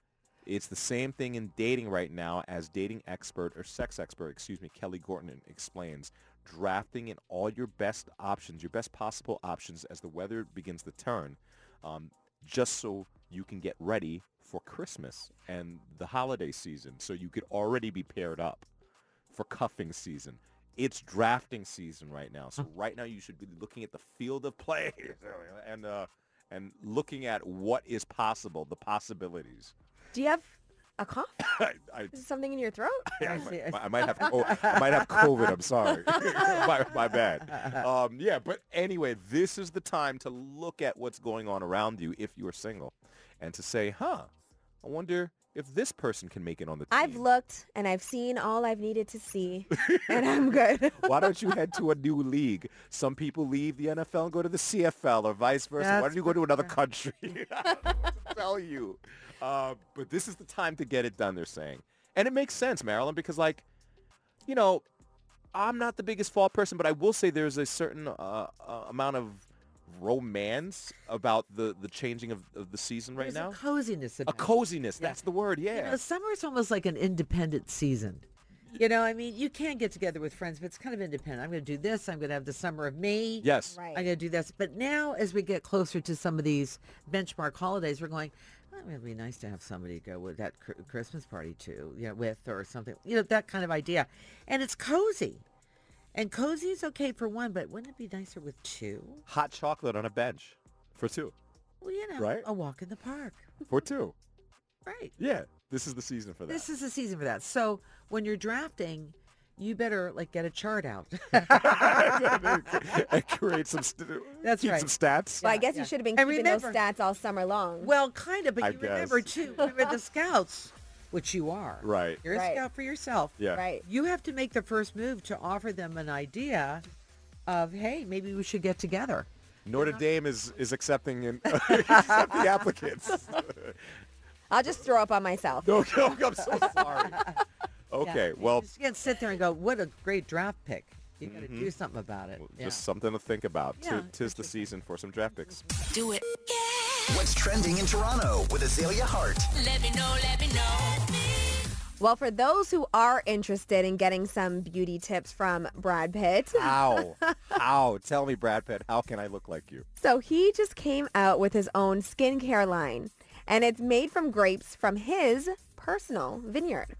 Speaker 3: it's the same thing in dating right now as dating expert or sex expert, excuse me, Kelly Gorton explains. Drafting in all your best options, your best possible options as the weather begins to turn, um, just so you can get ready for Christmas and the holiday season so you could already be paired up for cuffing season. It's drafting season right now. So right now you should be looking at the field of play [LAUGHS] and uh, and looking at what is possible, the possibilities.
Speaker 7: Do you have a cough?
Speaker 3: I, I,
Speaker 7: Is something in your
Speaker 4: [LAUGHS]
Speaker 7: throat?
Speaker 3: I,
Speaker 4: see, I
Speaker 3: might, I might have oh, I might have COVID. I'm sorry, [LAUGHS] my, my bad. Um, yeah, but anyway, this is the time to look at what's going on around you if you are single, and to say, huh, I wonder if this person can make it on the team.
Speaker 7: I've looked and I've seen all I've needed to see, and
Speaker 4: [LAUGHS]
Speaker 7: I'm good.
Speaker 3: Why don't you head to a new league? Some people leave the NFL and go to the CFL or vice versa. Why
Speaker 4: That's
Speaker 3: don't you go to another country? [LAUGHS] I don't know what
Speaker 4: [LAUGHS]
Speaker 3: to tell you. Uh, but this is the time to get it done, they're saying. And it makes sense, Marilyn, because like, you know, I'm not the biggest fall person, but I will say there's a certain uh, uh, amount of romance about the, the changing of, of the season right
Speaker 4: There's
Speaker 3: now.
Speaker 4: a coziness
Speaker 3: A
Speaker 4: about it.
Speaker 3: coziness, that's the word,
Speaker 4: You
Speaker 3: yeah.
Speaker 4: know, summer's almost like an independent season. You know, I mean, you can get together with friends, but it's kind of independent. I'm going to do this. I'm going to have the summer of me.
Speaker 3: yes.
Speaker 7: Right.
Speaker 4: I'm going to do this. But now, as we get closer to some of these benchmark holidays, we're going, oh, it would be nice to have somebody to go with that cr- Christmas party to, you know, with or something, you know, that kind of idea. And it's cozy. And cozy is okay for one, but wouldn't it be nicer with two?
Speaker 3: Hot chocolate on a bench for two.
Speaker 4: Well, you know,
Speaker 3: Right.
Speaker 4: a walk in the park.
Speaker 3: For two.
Speaker 4: Right.
Speaker 3: Yeah. This is the season for that. [LAUGHS]
Speaker 4: This is the season for that. So when you're drafting, you better like get a
Speaker 3: [LAUGHS]
Speaker 4: chart out.
Speaker 3: and create some st-
Speaker 4: That's
Speaker 3: keep
Speaker 4: right.
Speaker 3: some stats.
Speaker 7: Well, I guess
Speaker 4: yeah.
Speaker 7: you should have been
Speaker 4: And
Speaker 7: keeping those
Speaker 4: remember-
Speaker 7: stats all summer long.
Speaker 4: well, kind of, but
Speaker 3: I
Speaker 4: you remember
Speaker 3: guess.
Speaker 4: too, we were the scouts, which you are.
Speaker 3: Right.
Speaker 4: You're a
Speaker 7: Right.
Speaker 4: scout for yourself.
Speaker 3: Yeah.
Speaker 7: right.
Speaker 4: You have to make the first move to offer them an idea of, hey, maybe we should get together.
Speaker 3: Notre Dame is is accepting [LAUGHS] in, accepting applicants.
Speaker 7: I'll just throw up on myself.
Speaker 3: no, no, I'm so sorry. Okay, well, Mm-hmm.
Speaker 4: You just can't sit there and go, what a great draft pick. You got to do something about it. Yeah.
Speaker 3: just something to think about. T-
Speaker 4: Yeah,
Speaker 3: Tis the season for some draft picks.
Speaker 1: Do it.
Speaker 5: What's trending in Toronto with Azalea Hart?
Speaker 2: Let me know, let me know.
Speaker 7: Well, for those who are interested in getting some beauty tips from Brad Pitt,
Speaker 4: Ah.
Speaker 3: How? How? Tell me, Brad Pitt, how can I look like you?
Speaker 7: so he just came out with his own skincare line, and it's made from grapes from his personal vineyard.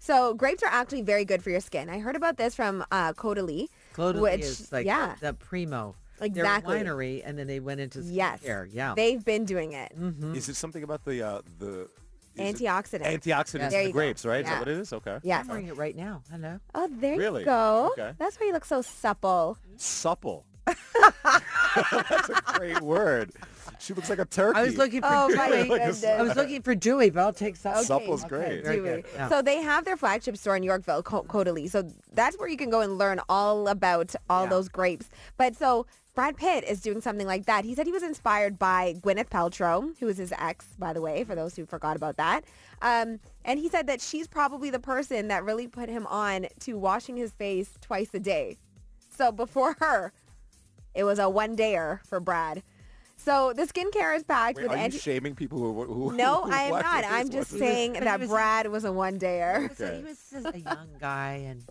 Speaker 7: So grapes are actually very good for your skin. I heard about this from uh, Caudalie,
Speaker 4: Clotilde
Speaker 7: which
Speaker 4: is like
Speaker 7: yeah,
Speaker 4: the primo.
Speaker 7: Exactly.
Speaker 4: Their winery, and then they went into skincare.
Speaker 7: yes,
Speaker 4: Yeah.
Speaker 7: they've been doing it.
Speaker 3: Is it something about the uh, the is it-
Speaker 7: Antioxidant.
Speaker 3: antioxidants in
Speaker 7: There
Speaker 3: the
Speaker 7: you go.
Speaker 3: grapes? Right? Is
Speaker 7: Yeah.
Speaker 3: that what it is? Okay.
Speaker 7: yes.
Speaker 4: I'm wearing it right now. Hello.
Speaker 7: Oh, there
Speaker 3: Really?
Speaker 7: you go.
Speaker 3: Okay.
Speaker 7: That's why you look so supple.
Speaker 3: Supple. [LAUGHS] That's a
Speaker 7: [LAUGHS]
Speaker 3: great word. She looks like a turkey.
Speaker 4: I was looking for
Speaker 7: Oh my
Speaker 4: Dewey.
Speaker 7: goodness.
Speaker 4: I was looking for Dewey, but I'll take some.
Speaker 3: Supple's great.
Speaker 4: very
Speaker 7: Do we?
Speaker 4: good. Yeah.
Speaker 7: So they have their flagship store in Yorkville, Co- Codalee. So that's where you can go and learn all about all
Speaker 4: Yeah.
Speaker 7: those grapes. But so Brad Pitt is doing something like that. He said he was inspired by Gwyneth Paltrow, who is his ex, by the way, for those who forgot about that. Um, and he said that she's probably the person that really put him on to washing his face twice a day. So before her, it was a one-dayer for Brad. So the skincare is packed
Speaker 3: Wait,
Speaker 7: with
Speaker 3: are
Speaker 7: anti-
Speaker 3: you shaming people who? who
Speaker 4: [LAUGHS]
Speaker 7: No,
Speaker 3: who
Speaker 7: I am
Speaker 3: watch
Speaker 7: not.
Speaker 3: this?
Speaker 7: I'm
Speaker 3: What's
Speaker 7: just
Speaker 3: this?
Speaker 7: saying
Speaker 4: But he
Speaker 7: that
Speaker 4: was-
Speaker 7: Brad was a one
Speaker 4: He
Speaker 7: dayer.
Speaker 4: was a- He was just a young guy, and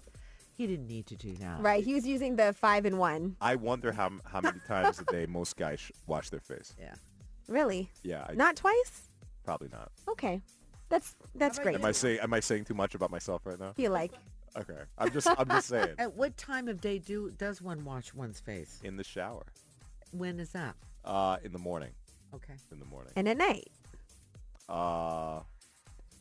Speaker 4: He didn't need to do that.
Speaker 7: Right. He was using the five and one.
Speaker 3: I wonder how m- how many times a day most guys sh- wash their face.
Speaker 4: Yeah.
Speaker 7: Really?
Speaker 3: Yeah, I,
Speaker 7: Not twice?
Speaker 3: probably not.
Speaker 7: Okay. That's that's great.
Speaker 3: Am I saying am I saying too much about myself right now?
Speaker 7: feel like.
Speaker 3: Okay, I'm just I'm just
Speaker 7: [LAUGHS]
Speaker 3: saying.
Speaker 4: At what time of day do does one wash one's face?
Speaker 3: In the shower,
Speaker 4: When is that?
Speaker 3: uh, in the morning,
Speaker 4: Okay.
Speaker 3: in the morning.
Speaker 7: And at night.
Speaker 3: Uh,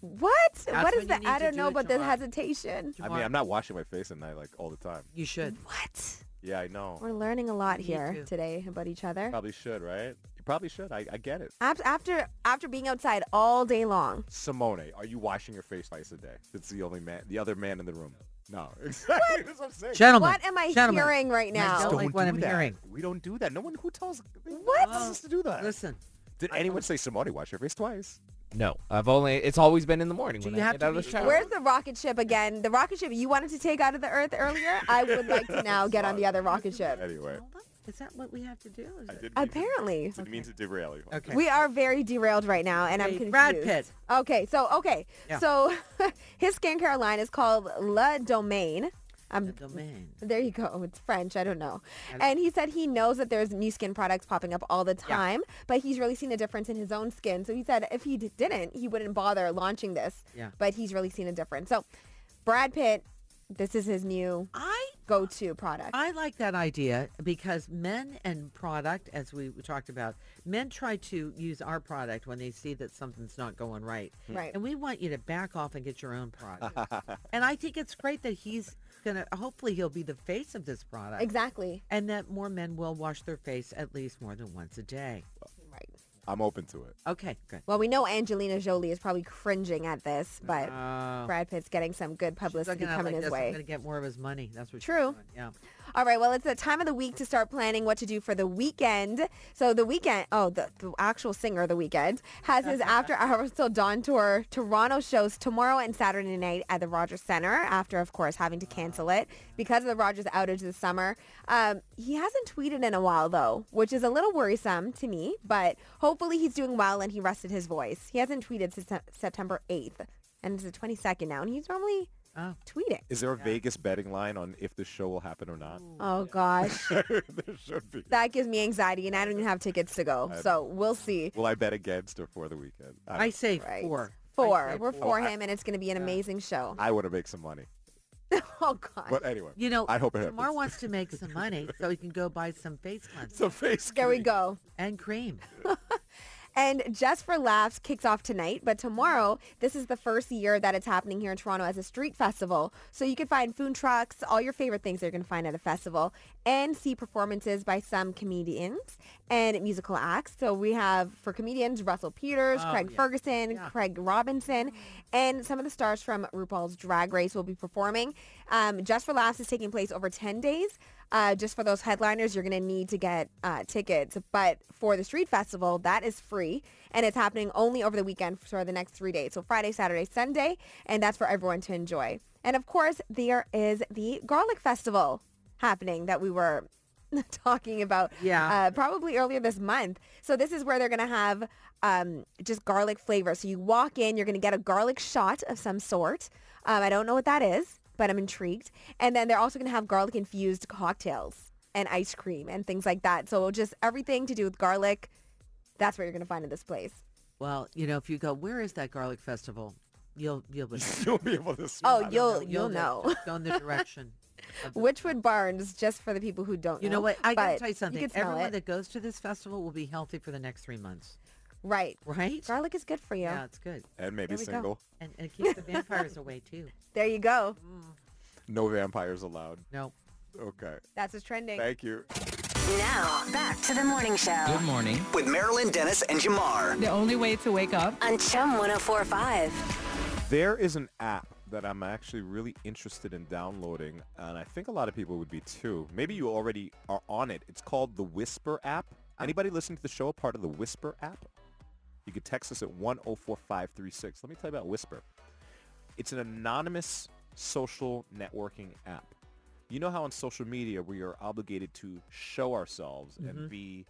Speaker 7: What? what
Speaker 4: when
Speaker 7: is
Speaker 4: you
Speaker 7: that?
Speaker 4: need
Speaker 7: I
Speaker 4: to
Speaker 7: don't
Speaker 4: do
Speaker 7: know
Speaker 4: it,
Speaker 7: about the
Speaker 4: Jamar.
Speaker 7: hesitation.
Speaker 3: I mean, I'm not washing my face at night like all the time.
Speaker 4: You should.
Speaker 7: What?
Speaker 3: Yeah, I know.
Speaker 7: We're learning a lot
Speaker 4: Me
Speaker 7: here
Speaker 4: too.
Speaker 7: today about each other.
Speaker 3: Probably should, right? You probably should. I, I get it.
Speaker 7: Ab- After after being outside all day long.
Speaker 3: Simone, are you washing your face twice a day? It's the only man, the other man in the room. No, [LAUGHS] exactly. That's what I'm saying.
Speaker 4: Gentlemen.
Speaker 7: What am I
Speaker 4: gentlemen,
Speaker 7: hearing right
Speaker 4: I
Speaker 7: now?
Speaker 4: don't like what I'm
Speaker 3: that.
Speaker 4: hearing.
Speaker 3: We don't do that. No one who tells
Speaker 7: What?
Speaker 3: tells us to do that.
Speaker 4: Listen,
Speaker 3: Did anyone say Simone wash your face twice?
Speaker 8: No, I've only. It's always been in the morning
Speaker 4: Do
Speaker 8: when
Speaker 4: you
Speaker 8: I
Speaker 4: have
Speaker 8: get
Speaker 4: to
Speaker 8: out of
Speaker 4: be-
Speaker 8: the shower.
Speaker 7: Where's the rocket ship again? The rocket ship you wanted to take out of the earth earlier? I would like to now get on the other rocket
Speaker 4: [LAUGHS]
Speaker 7: ship.
Speaker 3: Anyway,
Speaker 4: is that what we have to do? Is
Speaker 3: I
Speaker 4: it-
Speaker 3: didn't mean to-
Speaker 7: Apparently.
Speaker 3: Didn't mean to derail you.
Speaker 4: Okay.
Speaker 7: We are very derailed right now, and I'm
Speaker 4: Hey,
Speaker 7: confused.
Speaker 4: Brad Pitt.
Speaker 7: Okay, so okay,
Speaker 4: Yeah.
Speaker 7: so [LAUGHS] his skincare line is called La Domaine.
Speaker 4: The
Speaker 7: Um,
Speaker 4: domain.
Speaker 7: there you go. It's French. I don't know.
Speaker 4: I-
Speaker 7: And he said he knows that there's new skin products popping up all the time, but he's really seen a difference in his own skin. So he said if he d- didn't, he wouldn't bother launching this.
Speaker 4: Yeah.
Speaker 7: But he's really seen a difference. So Brad Pitt, this is his new
Speaker 4: I
Speaker 7: go-to product.
Speaker 4: I like that idea because men and product, as we talked about, men try to use our product when they see that something's not going right.
Speaker 3: Hmm.
Speaker 7: Right.
Speaker 4: And we want you to back off and get your
Speaker 3: [LAUGHS]
Speaker 4: own product. and I think it's great that he's going to, hopefully he'll be the face of this product.
Speaker 7: exactly.
Speaker 4: And that more men will wash their face at least more than once a day.
Speaker 7: Right.
Speaker 3: I'm open to it.
Speaker 4: Okay, good.
Speaker 7: Well, we know Angelina Jolie is probably cringing at this, but
Speaker 4: Uh,
Speaker 7: Brad Pitt's getting some good publicity
Speaker 4: looking out
Speaker 7: coming
Speaker 4: like
Speaker 7: his
Speaker 4: this,
Speaker 7: way.
Speaker 4: I'm going to get more of his money. That's what she's
Speaker 7: True.
Speaker 4: doing, Yeah.
Speaker 7: All right, well, it's the time of the week to start planning what to do for the weekend. So the weekend, oh, the, the actual singer of the weekend
Speaker 4: [LAUGHS]
Speaker 7: has his After Hours Till Dawn tour Toronto shows tomorrow and Saturday night at the Rogers Center after, of course, having to cancel it because of the Rogers outage this summer. Um, he hasn't tweeted in a while, though, which is a little worrisome to me, but hopefully he's doing well and he rested his voice. He hasn't tweeted since Sep- September 8th, and it's the 22nd now, and he's normally
Speaker 4: Oh.
Speaker 7: tweeting.
Speaker 3: Is there a Vegas betting line on if this show will happen or not?
Speaker 7: Oh, gosh.
Speaker 3: [LAUGHS] there should be.
Speaker 7: That gives me anxiety, and I don't even have tickets to go. So we'll see.
Speaker 3: Will I bet against or for the weekend? I,
Speaker 4: I
Speaker 3: don't-
Speaker 4: say
Speaker 7: Right.
Speaker 4: four. I
Speaker 7: Four.
Speaker 4: say
Speaker 7: We're
Speaker 4: four.
Speaker 7: for him, and it's going to be an amazing show. [LAUGHS]
Speaker 3: I want to make some money.
Speaker 7: Oh, God.
Speaker 3: But anyway,
Speaker 4: You know,
Speaker 3: I hope it
Speaker 4: Jamar
Speaker 3: happens.
Speaker 4: wants to make
Speaker 3: [LAUGHS]
Speaker 4: some money so he can go buy some face cleanser
Speaker 3: So [LAUGHS] face.
Speaker 7: There we
Speaker 3: cream.
Speaker 7: go.
Speaker 4: and cream.
Speaker 7: And Just for Laughs kicks off tonight, but tomorrow, this is the first year that it's happening here in Toronto as a street festival. So you can find food trucks, all your favorite things that you're going to find at a festival, and see performances by some comedians and musical acts. So we have, for comedians, Russell Peters, Craig Ferguson, Craig Robinson, and some of the stars from RuPaul's Drag Race will be performing. Um, Just for Laughs is taking place over 10 days. Uh, just for those headliners, you're going to need to get uh, tickets. But for the street festival, that is free. And it's happening only over the weekend for the next three days. So Friday, Saturday, Sunday. And that's for everyone to enjoy. And of course, there is the Garlic Festival happening that we were [LAUGHS] talking about
Speaker 4: Yeah.
Speaker 7: uh, probably earlier this month. So this is where they're going to have um, just garlic flavor. So you walk in, you're going to get a garlic shot of some sort. Um, I don't know what that is, but I'm intrigued. And then they're also going to have garlic infused cocktails and ice cream and things like that. So just everything to do with garlic, that's what you're going to find in this place.
Speaker 4: Well, you know, if you go, where is that garlic festival? You'll you'll be,
Speaker 3: You'll be able to. smell
Speaker 7: Oh,
Speaker 3: it.
Speaker 7: [LAUGHS] you'll you'll know. [LAUGHS]
Speaker 4: Just go in the direction. of the-
Speaker 7: Witchwood Barnes, just for the people who don't know.
Speaker 4: you know what? I gotta
Speaker 7: but
Speaker 4: tell you something.
Speaker 7: You can smell
Speaker 4: Everyone
Speaker 7: it.
Speaker 4: that goes to this festival will be healthy for the next three months,
Speaker 7: Right.
Speaker 4: right?
Speaker 7: Garlic is good for you.
Speaker 4: Yeah, it's good,
Speaker 3: And maybe
Speaker 7: There we go.
Speaker 3: single.
Speaker 4: and and it keeps the vampires away too.
Speaker 7: There you go.
Speaker 3: No vampires allowed.
Speaker 4: No.
Speaker 3: Okay.
Speaker 7: That's what's trending.
Speaker 3: Thank you.
Speaker 1: Now, back to the morning show
Speaker 6: morning.
Speaker 5: With Marilyn Dennis and Jamar.
Speaker 9: The only way to wake up.
Speaker 1: on Chum 1045.
Speaker 3: There is an app that I'm actually really interested in downloading, and I think a lot of people would be too. Maybe you already are on it. It's called the Whisper app. Anybody listening to the show a part of the Whisper app? You could text us at 104536. Let me tell you about Whisper. It's an anonymous social networking app. You know how on social media we are obligated to show ourselves and be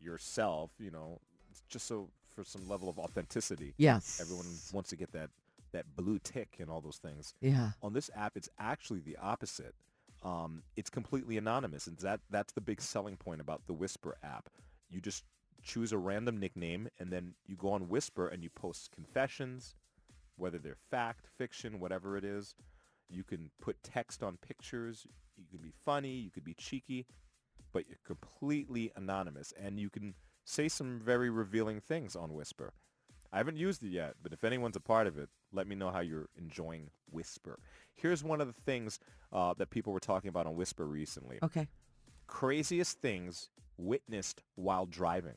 Speaker 3: yourself, you know, just so for some level of authenticity
Speaker 4: Yes.
Speaker 3: everyone wants to get that that blue tick and all those things
Speaker 4: Yeah.
Speaker 3: on this app it's actually the opposite um, it's completely anonymous. And that that's the big selling point about the Whisper app. You just choose a random nickname and then you go on Whisper and you post confessions, whether they're fact, fiction, whatever it is. You can put text on pictures. You can be funny. You could be cheeky, but you're completely anonymous. And you can say some very revealing things on Whisper. I haven't used it yet, but if anyone's a part of it, let me know how you're enjoying Whisper. Here's one of the things uh, that people were talking about on Whisper recently.
Speaker 4: Okay.
Speaker 3: Craziest things witnessed while driving.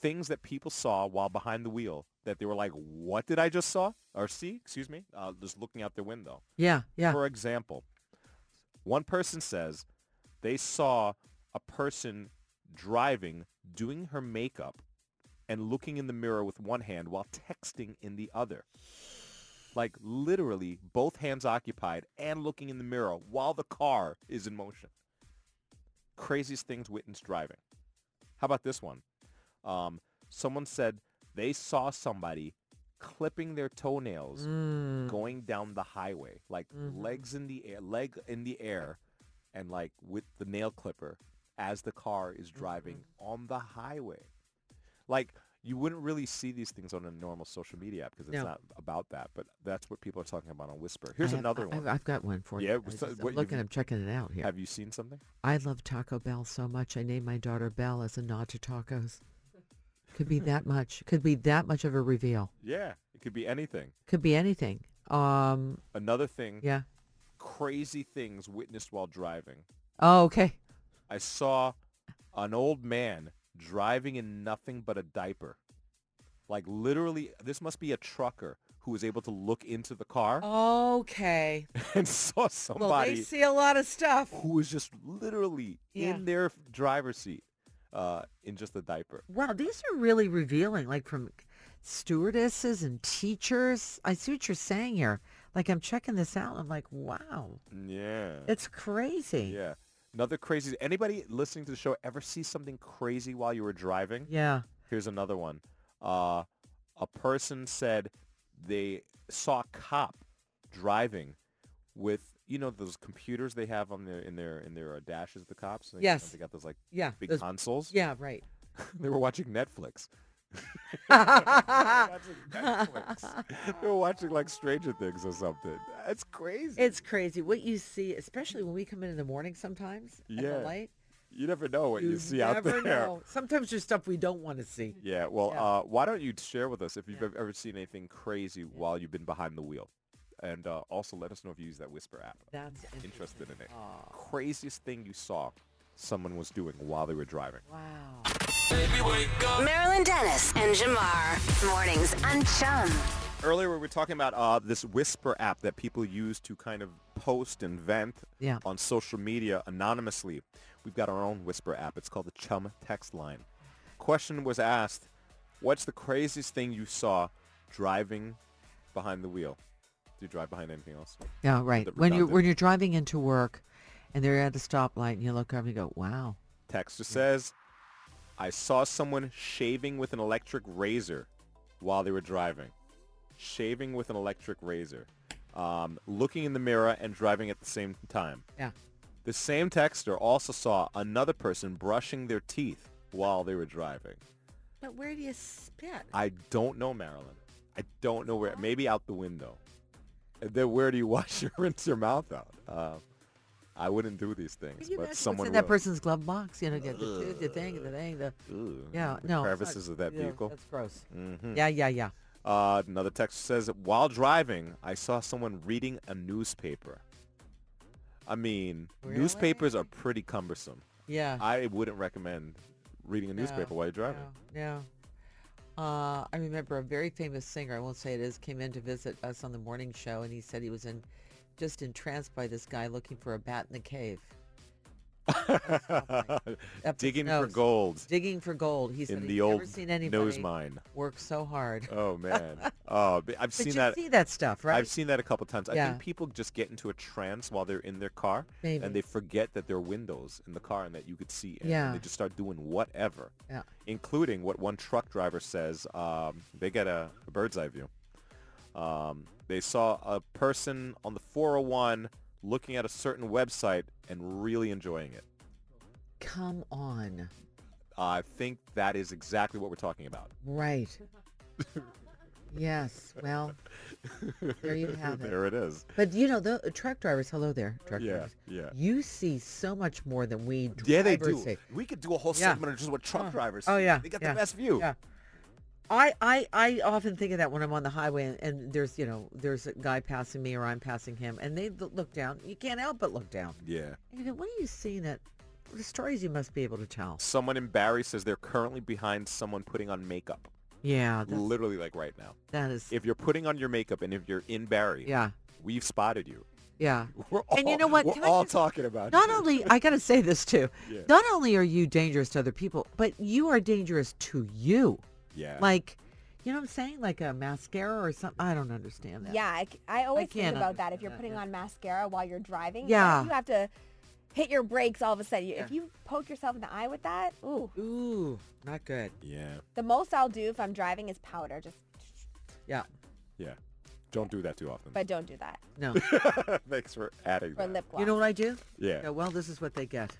Speaker 3: Things that people saw while behind the wheel that they were like, what did I just saw or see? Excuse me. Uh, just looking out their window.
Speaker 4: Yeah. Yeah.
Speaker 3: For example, one person says they saw a person driving, doing her makeup, and looking in the mirror with one hand while texting in the other. Like literally both hands occupied and looking in the mirror while the car is in motion. Craziest things witnessed driving. How about this one? Um, someone said they saw somebody clipping their toenails
Speaker 4: Mm.
Speaker 3: going down the highway, like
Speaker 4: Mm-hmm.
Speaker 3: legs in the air, leg in the air, and like with the nail clipper as the car is driving
Speaker 4: Mm-hmm.
Speaker 3: on the highway. Like you wouldn't really see these things on a normal social media app because it's
Speaker 4: No.
Speaker 3: not about that, but that's what people are talking about on Whisper. Here's
Speaker 4: I have-
Speaker 3: another
Speaker 4: I- I've,
Speaker 3: one.
Speaker 4: I've got one for you.
Speaker 3: Yeah,
Speaker 4: I
Speaker 3: it was
Speaker 4: was
Speaker 3: so-
Speaker 4: just- I'm
Speaker 3: what you've-
Speaker 4: looking, I'm checking it out here.
Speaker 3: Have you seen something?
Speaker 4: I love Taco Bell so much. I named my daughter Belle as a nod to tacos. Could [LAUGHS] be that much. Could be that much of a reveal.
Speaker 3: Yeah, it could be anything.
Speaker 4: Could be anything. Um.
Speaker 3: Another thing,
Speaker 4: Yeah.
Speaker 3: crazy things witnessed while driving.
Speaker 4: Oh, okay.
Speaker 3: I saw an old man driving in nothing but a diaper. Like literally, this must be a trucker who was able to look into the car
Speaker 4: Oh. Okay.
Speaker 3: [LAUGHS] and saw somebody
Speaker 4: see a lot of stuff.
Speaker 3: who was just literally
Speaker 4: Yeah.
Speaker 3: in their driver's seat uh, in just a diaper.
Speaker 4: Wow, these are really revealing. Like from stewardesses and teachers. I see what you're saying here. Like I'm checking this out. I'm like, wow,
Speaker 3: Yeah.
Speaker 4: it's crazy.
Speaker 3: Yeah. Another crazy. Anybody listening to the show ever see something crazy while you were driving?
Speaker 4: Yeah.
Speaker 3: Here's another one. Uh, a person said they saw a cop driving with you know those computers they have on their in their in their uh, dashes. The cops. They-
Speaker 4: Yes.
Speaker 3: They got those like
Speaker 4: Yeah,
Speaker 3: big
Speaker 4: those-
Speaker 3: consoles.
Speaker 4: Yeah. [LAUGHS] Right.
Speaker 3: [LAUGHS] They were watching Netflix. watching Netflix. [LAUGHS] they were watching like Stranger Things or something. That's crazy.
Speaker 4: It's crazy what you see, especially when we come in in the morning sometimes. at the
Speaker 3: Yeah.
Speaker 4: light.
Speaker 3: you never know what you, see out
Speaker 4: never
Speaker 3: there.
Speaker 4: Know. Sometimes there's stuff we don't want to see.
Speaker 3: [LAUGHS] Yeah, well,
Speaker 4: Yeah.
Speaker 3: Uh, why don't you share with us if you've ev- ever seen anything crazy while you've been behind the wheel? And uh, also let us know if you use that Whisper app.
Speaker 4: That's
Speaker 3: Interested in it. Craziest thing you saw someone was doing while they were driving.
Speaker 4: Wow.
Speaker 1: Marilyn Dennis and Jamar. Mornings on Chum.
Speaker 3: Earlier we were talking about uh, this Whisper app that people use to kind of post and vent
Speaker 4: Yeah.
Speaker 3: on social media anonymously. We've got our own Whisper app. It's called the Chum Text Line. Question was asked, what's the craziest thing you saw driving behind the wheel? Do you drive behind anything else?
Speaker 4: Yeah, right.
Speaker 3: bit
Speaker 4: When you're
Speaker 3: redundant.
Speaker 4: when you're driving into work, and they're at a stoplight, and you look up and you go, "Wow."
Speaker 3: Text just says, I saw someone shaving with an electric razor while they were driving. Shaving with an electric razor. Um, looking in the mirror and driving at the same time.
Speaker 4: Yeah.
Speaker 3: The same texter also saw another person brushing their teeth while they were driving.
Speaker 4: But where do you spit?
Speaker 3: I don't know Marilyn. I don't know where. Maybe out the window. And then where do you [LAUGHS] wash your rinse your mouth out? Uh, I wouldn't do these things,
Speaker 4: Can you imagine
Speaker 3: but
Speaker 4: what's
Speaker 3: someone
Speaker 4: in that
Speaker 3: will.
Speaker 4: person's glove box? You know, get the tooth, the thing, the thing, the
Speaker 3: Ooh, Mm-hmm. the
Speaker 4: yeah. no, it's not-
Speaker 3: crevices of that
Speaker 4: yeah,
Speaker 3: vehicle. Mm-hmm.
Speaker 4: That's gross. Yeah, yeah, yeah.
Speaker 3: Uh, another text says, while driving, I saw someone reading a newspaper. I mean, newspapers are pretty
Speaker 4: [LAUGHS]
Speaker 3: cumbersome.
Speaker 4: Yeah.
Speaker 3: I wouldn't recommend reading a newspaper while you're driving.
Speaker 4: Yeah. Uh, I remember a very famous singer, I won't say it is, came in to visit us on the morning show and he said he was in just entranced by this guy looking for a bat in the cave.
Speaker 3: [LAUGHS]
Speaker 4: Up his
Speaker 3: Digging for
Speaker 4: nose.
Speaker 3: gold
Speaker 4: Digging for gold. He said
Speaker 3: in
Speaker 4: he's
Speaker 3: the
Speaker 4: never
Speaker 3: old
Speaker 4: seen
Speaker 3: nose
Speaker 4: anybody
Speaker 3: mine.
Speaker 4: work so hard. [LAUGHS]
Speaker 3: Oh man. Oh, but I've
Speaker 4: but
Speaker 3: seen
Speaker 4: you
Speaker 3: that.
Speaker 4: see that stuff, right?
Speaker 3: I've seen that a couple times. I
Speaker 4: Yeah.
Speaker 3: think people just get into a trance while they're in their car,
Speaker 4: Maybe.
Speaker 3: and they forget that there are windows in the car and that you could see. in,
Speaker 4: Yeah.
Speaker 3: And they just start doing whatever,
Speaker 4: Yeah.
Speaker 3: including what one truck driver says. Um, they get a, a bird's eye view. Um, they saw a person on the 401 looking at a certain website and really enjoying it.
Speaker 4: Come on.
Speaker 3: I think that is exactly what we're talking about.
Speaker 4: Right. yes. Well, there you have it.
Speaker 3: [LAUGHS] There it is.
Speaker 4: But you know, the truck drivers, hello there, truck
Speaker 3: Yeah,
Speaker 4: drivers.
Speaker 3: yeah.
Speaker 4: You see so much more than we drivers
Speaker 3: Yeah, they do.
Speaker 4: see.
Speaker 3: We could do a whole
Speaker 4: Yeah.
Speaker 3: segment of just what truck drivers.
Speaker 4: Oh
Speaker 3: see.
Speaker 4: yeah,
Speaker 3: they got
Speaker 4: yeah,
Speaker 3: the best view.
Speaker 4: Yeah. I, I I often think of that when I'm on the highway and, and there's you know there's a guy passing me or I'm passing him and they l- look down. You can't help but look down.
Speaker 3: Yeah.
Speaker 4: And you go, what are you seeing? That the stories you must be able to tell.
Speaker 3: Someone in Barry says they're currently behind someone putting on makeup.
Speaker 4: Yeah, Oh, that's,
Speaker 3: Literally, like right now.
Speaker 4: that is.
Speaker 3: If you're putting on your makeup and if you're in Barry,
Speaker 4: Yeah,
Speaker 3: we've spotted you.
Speaker 4: yeah.
Speaker 3: [LAUGHS] We're all,
Speaker 4: And you know what?
Speaker 3: We're
Speaker 4: Can I
Speaker 3: all
Speaker 4: just-
Speaker 3: talking about
Speaker 4: Not
Speaker 3: you.
Speaker 4: only I got to say this too.
Speaker 3: [LAUGHS] Yeah.
Speaker 4: Not only are you dangerous to other people, but you are dangerous to you.
Speaker 3: Yeah.
Speaker 4: Like, you know what I'm saying? Like a mascara or something. I don't understand that.
Speaker 7: Yeah, I, c- I always think
Speaker 4: can't
Speaker 7: about that. If
Speaker 4: understand
Speaker 7: you're
Speaker 4: that,
Speaker 7: putting
Speaker 4: yeah.
Speaker 7: on mascara while you're driving, like,
Speaker 4: Yeah.
Speaker 7: you have to hit your brakes all of a sudden. You- If
Speaker 4: Yeah.
Speaker 7: you poke yourself in the eye with that, ooh.
Speaker 4: Ooh, not good.
Speaker 3: Yeah.
Speaker 7: The most I'll do if I'm driving is powder, just
Speaker 4: Yeah.
Speaker 3: Yeah. Don't do that too often.
Speaker 7: but don't do that
Speaker 4: No.
Speaker 3: [LAUGHS] Thanks for adding
Speaker 7: for
Speaker 3: that.
Speaker 7: lip gloss.
Speaker 4: You know what I do?
Speaker 3: Yeah.
Speaker 4: Go, well, this is what they get.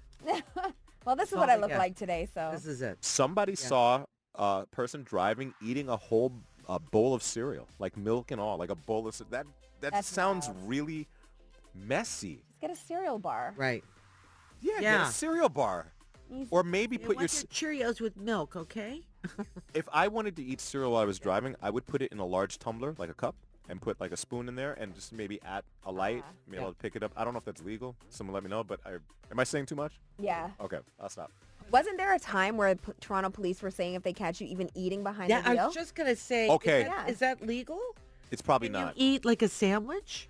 Speaker 7: well, this is
Speaker 4: Oh,
Speaker 7: what I
Speaker 4: my
Speaker 7: look
Speaker 4: God.
Speaker 7: like today, so
Speaker 4: This is it.
Speaker 3: Somebody saw a person driving eating a whole a bowl of cereal, like milk and all, like a bowl of ce- that. That
Speaker 7: That's
Speaker 3: sounds
Speaker 7: wild.
Speaker 3: really messy.
Speaker 7: just get a cereal bar.
Speaker 4: Right.
Speaker 3: Yeah, get
Speaker 4: Yeah.
Speaker 3: a cereal bar, or maybe
Speaker 4: You
Speaker 3: put your.
Speaker 4: want
Speaker 3: c-
Speaker 4: Cheerios with milk, okay?
Speaker 3: If I wanted to eat cereal while I was driving, I would put it in a large tumbler, like a cup, and put like a spoon in there, and just maybe at a light,
Speaker 4: Ah.
Speaker 3: maybe I'll pick it up. I don't know if that's legal. Someone let me know. But I, am I saying too much?
Speaker 7: Yeah.
Speaker 3: Okay, I'll stop.
Speaker 7: Wasn't there a time where p- Toronto police were saying if they catch you even eating behind
Speaker 4: yeah,
Speaker 7: the
Speaker 4: I
Speaker 7: wheel?
Speaker 4: was just going to say, is
Speaker 3: Okay.
Speaker 4: that-
Speaker 7: Yeah.
Speaker 4: is that legal?
Speaker 3: It's probably
Speaker 4: Can
Speaker 3: not.
Speaker 4: you eat like a sandwich?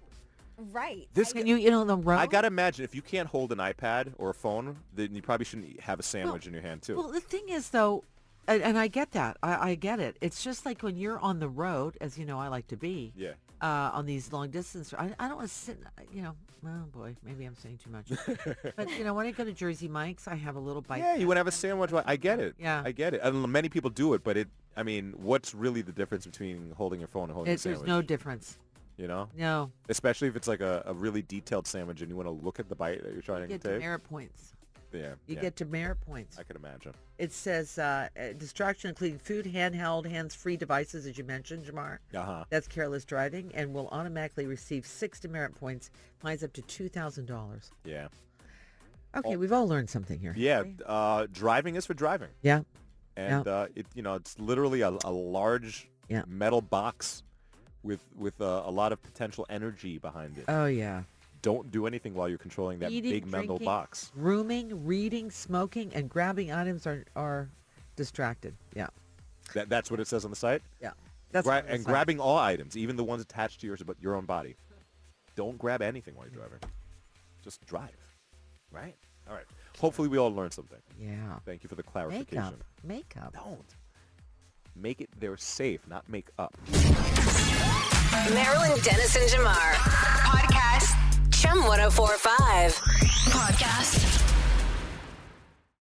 Speaker 7: Right.
Speaker 3: this
Speaker 4: Can you eat on the road?
Speaker 3: I gotta imagine if you can't hold an iPad or a phone, then you probably shouldn't eat- have a sandwich in your hand too.
Speaker 4: Well, the thing is, though, and, and I get that. I, I get it. It's just like when you're on the road, as you know, I like to be.
Speaker 3: Yeah.
Speaker 4: Uh, on these long distance, I, I don't want to sit. You know, oh boy, maybe I'm saying too much.
Speaker 3: [LAUGHS]
Speaker 4: but you know, when I go to Jersey Mike's, I have a little bite.
Speaker 3: yeah, you want to have a sandwich. while- I get it.
Speaker 4: Yeah.
Speaker 3: I get it. And many people do it, but it. I mean, what's really the difference between holding your phone and holding a
Speaker 4: It,
Speaker 3: sandwich?
Speaker 4: there's no difference.
Speaker 3: you know,
Speaker 4: No,
Speaker 3: especially if it's like a, a really detailed sandwich and you want to look at the bite that you're trying
Speaker 4: you get
Speaker 3: to take.
Speaker 4: demerit points.
Speaker 3: yeah.
Speaker 4: You
Speaker 3: yeah.
Speaker 4: get demerit points.
Speaker 3: I could imagine.
Speaker 4: It says uh, uh, distraction including food, handheld, hands-free devices, as you mentioned, Jamar.
Speaker 3: Uh huh.
Speaker 4: That's careless driving, and will automatically receive six demerit points, fines up to two thousand dollars.
Speaker 3: Yeah.
Speaker 4: Okay, we've all learned something here.
Speaker 3: Yeah. Uh, driving is for driving,
Speaker 4: Yeah.
Speaker 3: and uh, it you know it's literally a, a large
Speaker 4: Yeah.
Speaker 3: metal box with with uh, a lot of potential energy behind it.
Speaker 4: Oh yeah.
Speaker 3: don't do anything while you're controlling that
Speaker 4: Eating,
Speaker 3: big metal
Speaker 4: drinking,
Speaker 3: box.
Speaker 4: Grooming, reading, smoking, and grabbing items are are distracted. Yeah.
Speaker 3: That, that's what it says on the site.
Speaker 4: Yeah. That's
Speaker 3: Gra-
Speaker 4: what it
Speaker 3: and
Speaker 4: was like.
Speaker 3: grabbing all items, even the ones attached to yours, but your own body. Don't grab anything while you're driving. Just drive. Right? All right. Hopefully we all learned something.
Speaker 4: Yeah.
Speaker 3: Thank you for the clarification.
Speaker 4: Makeup. Makeup.
Speaker 3: Don't. Make it there safe, not make up.
Speaker 1: Marilyn Dennis oh and Jamar. Podcast. Chum 1045.
Speaker 2: Podcast.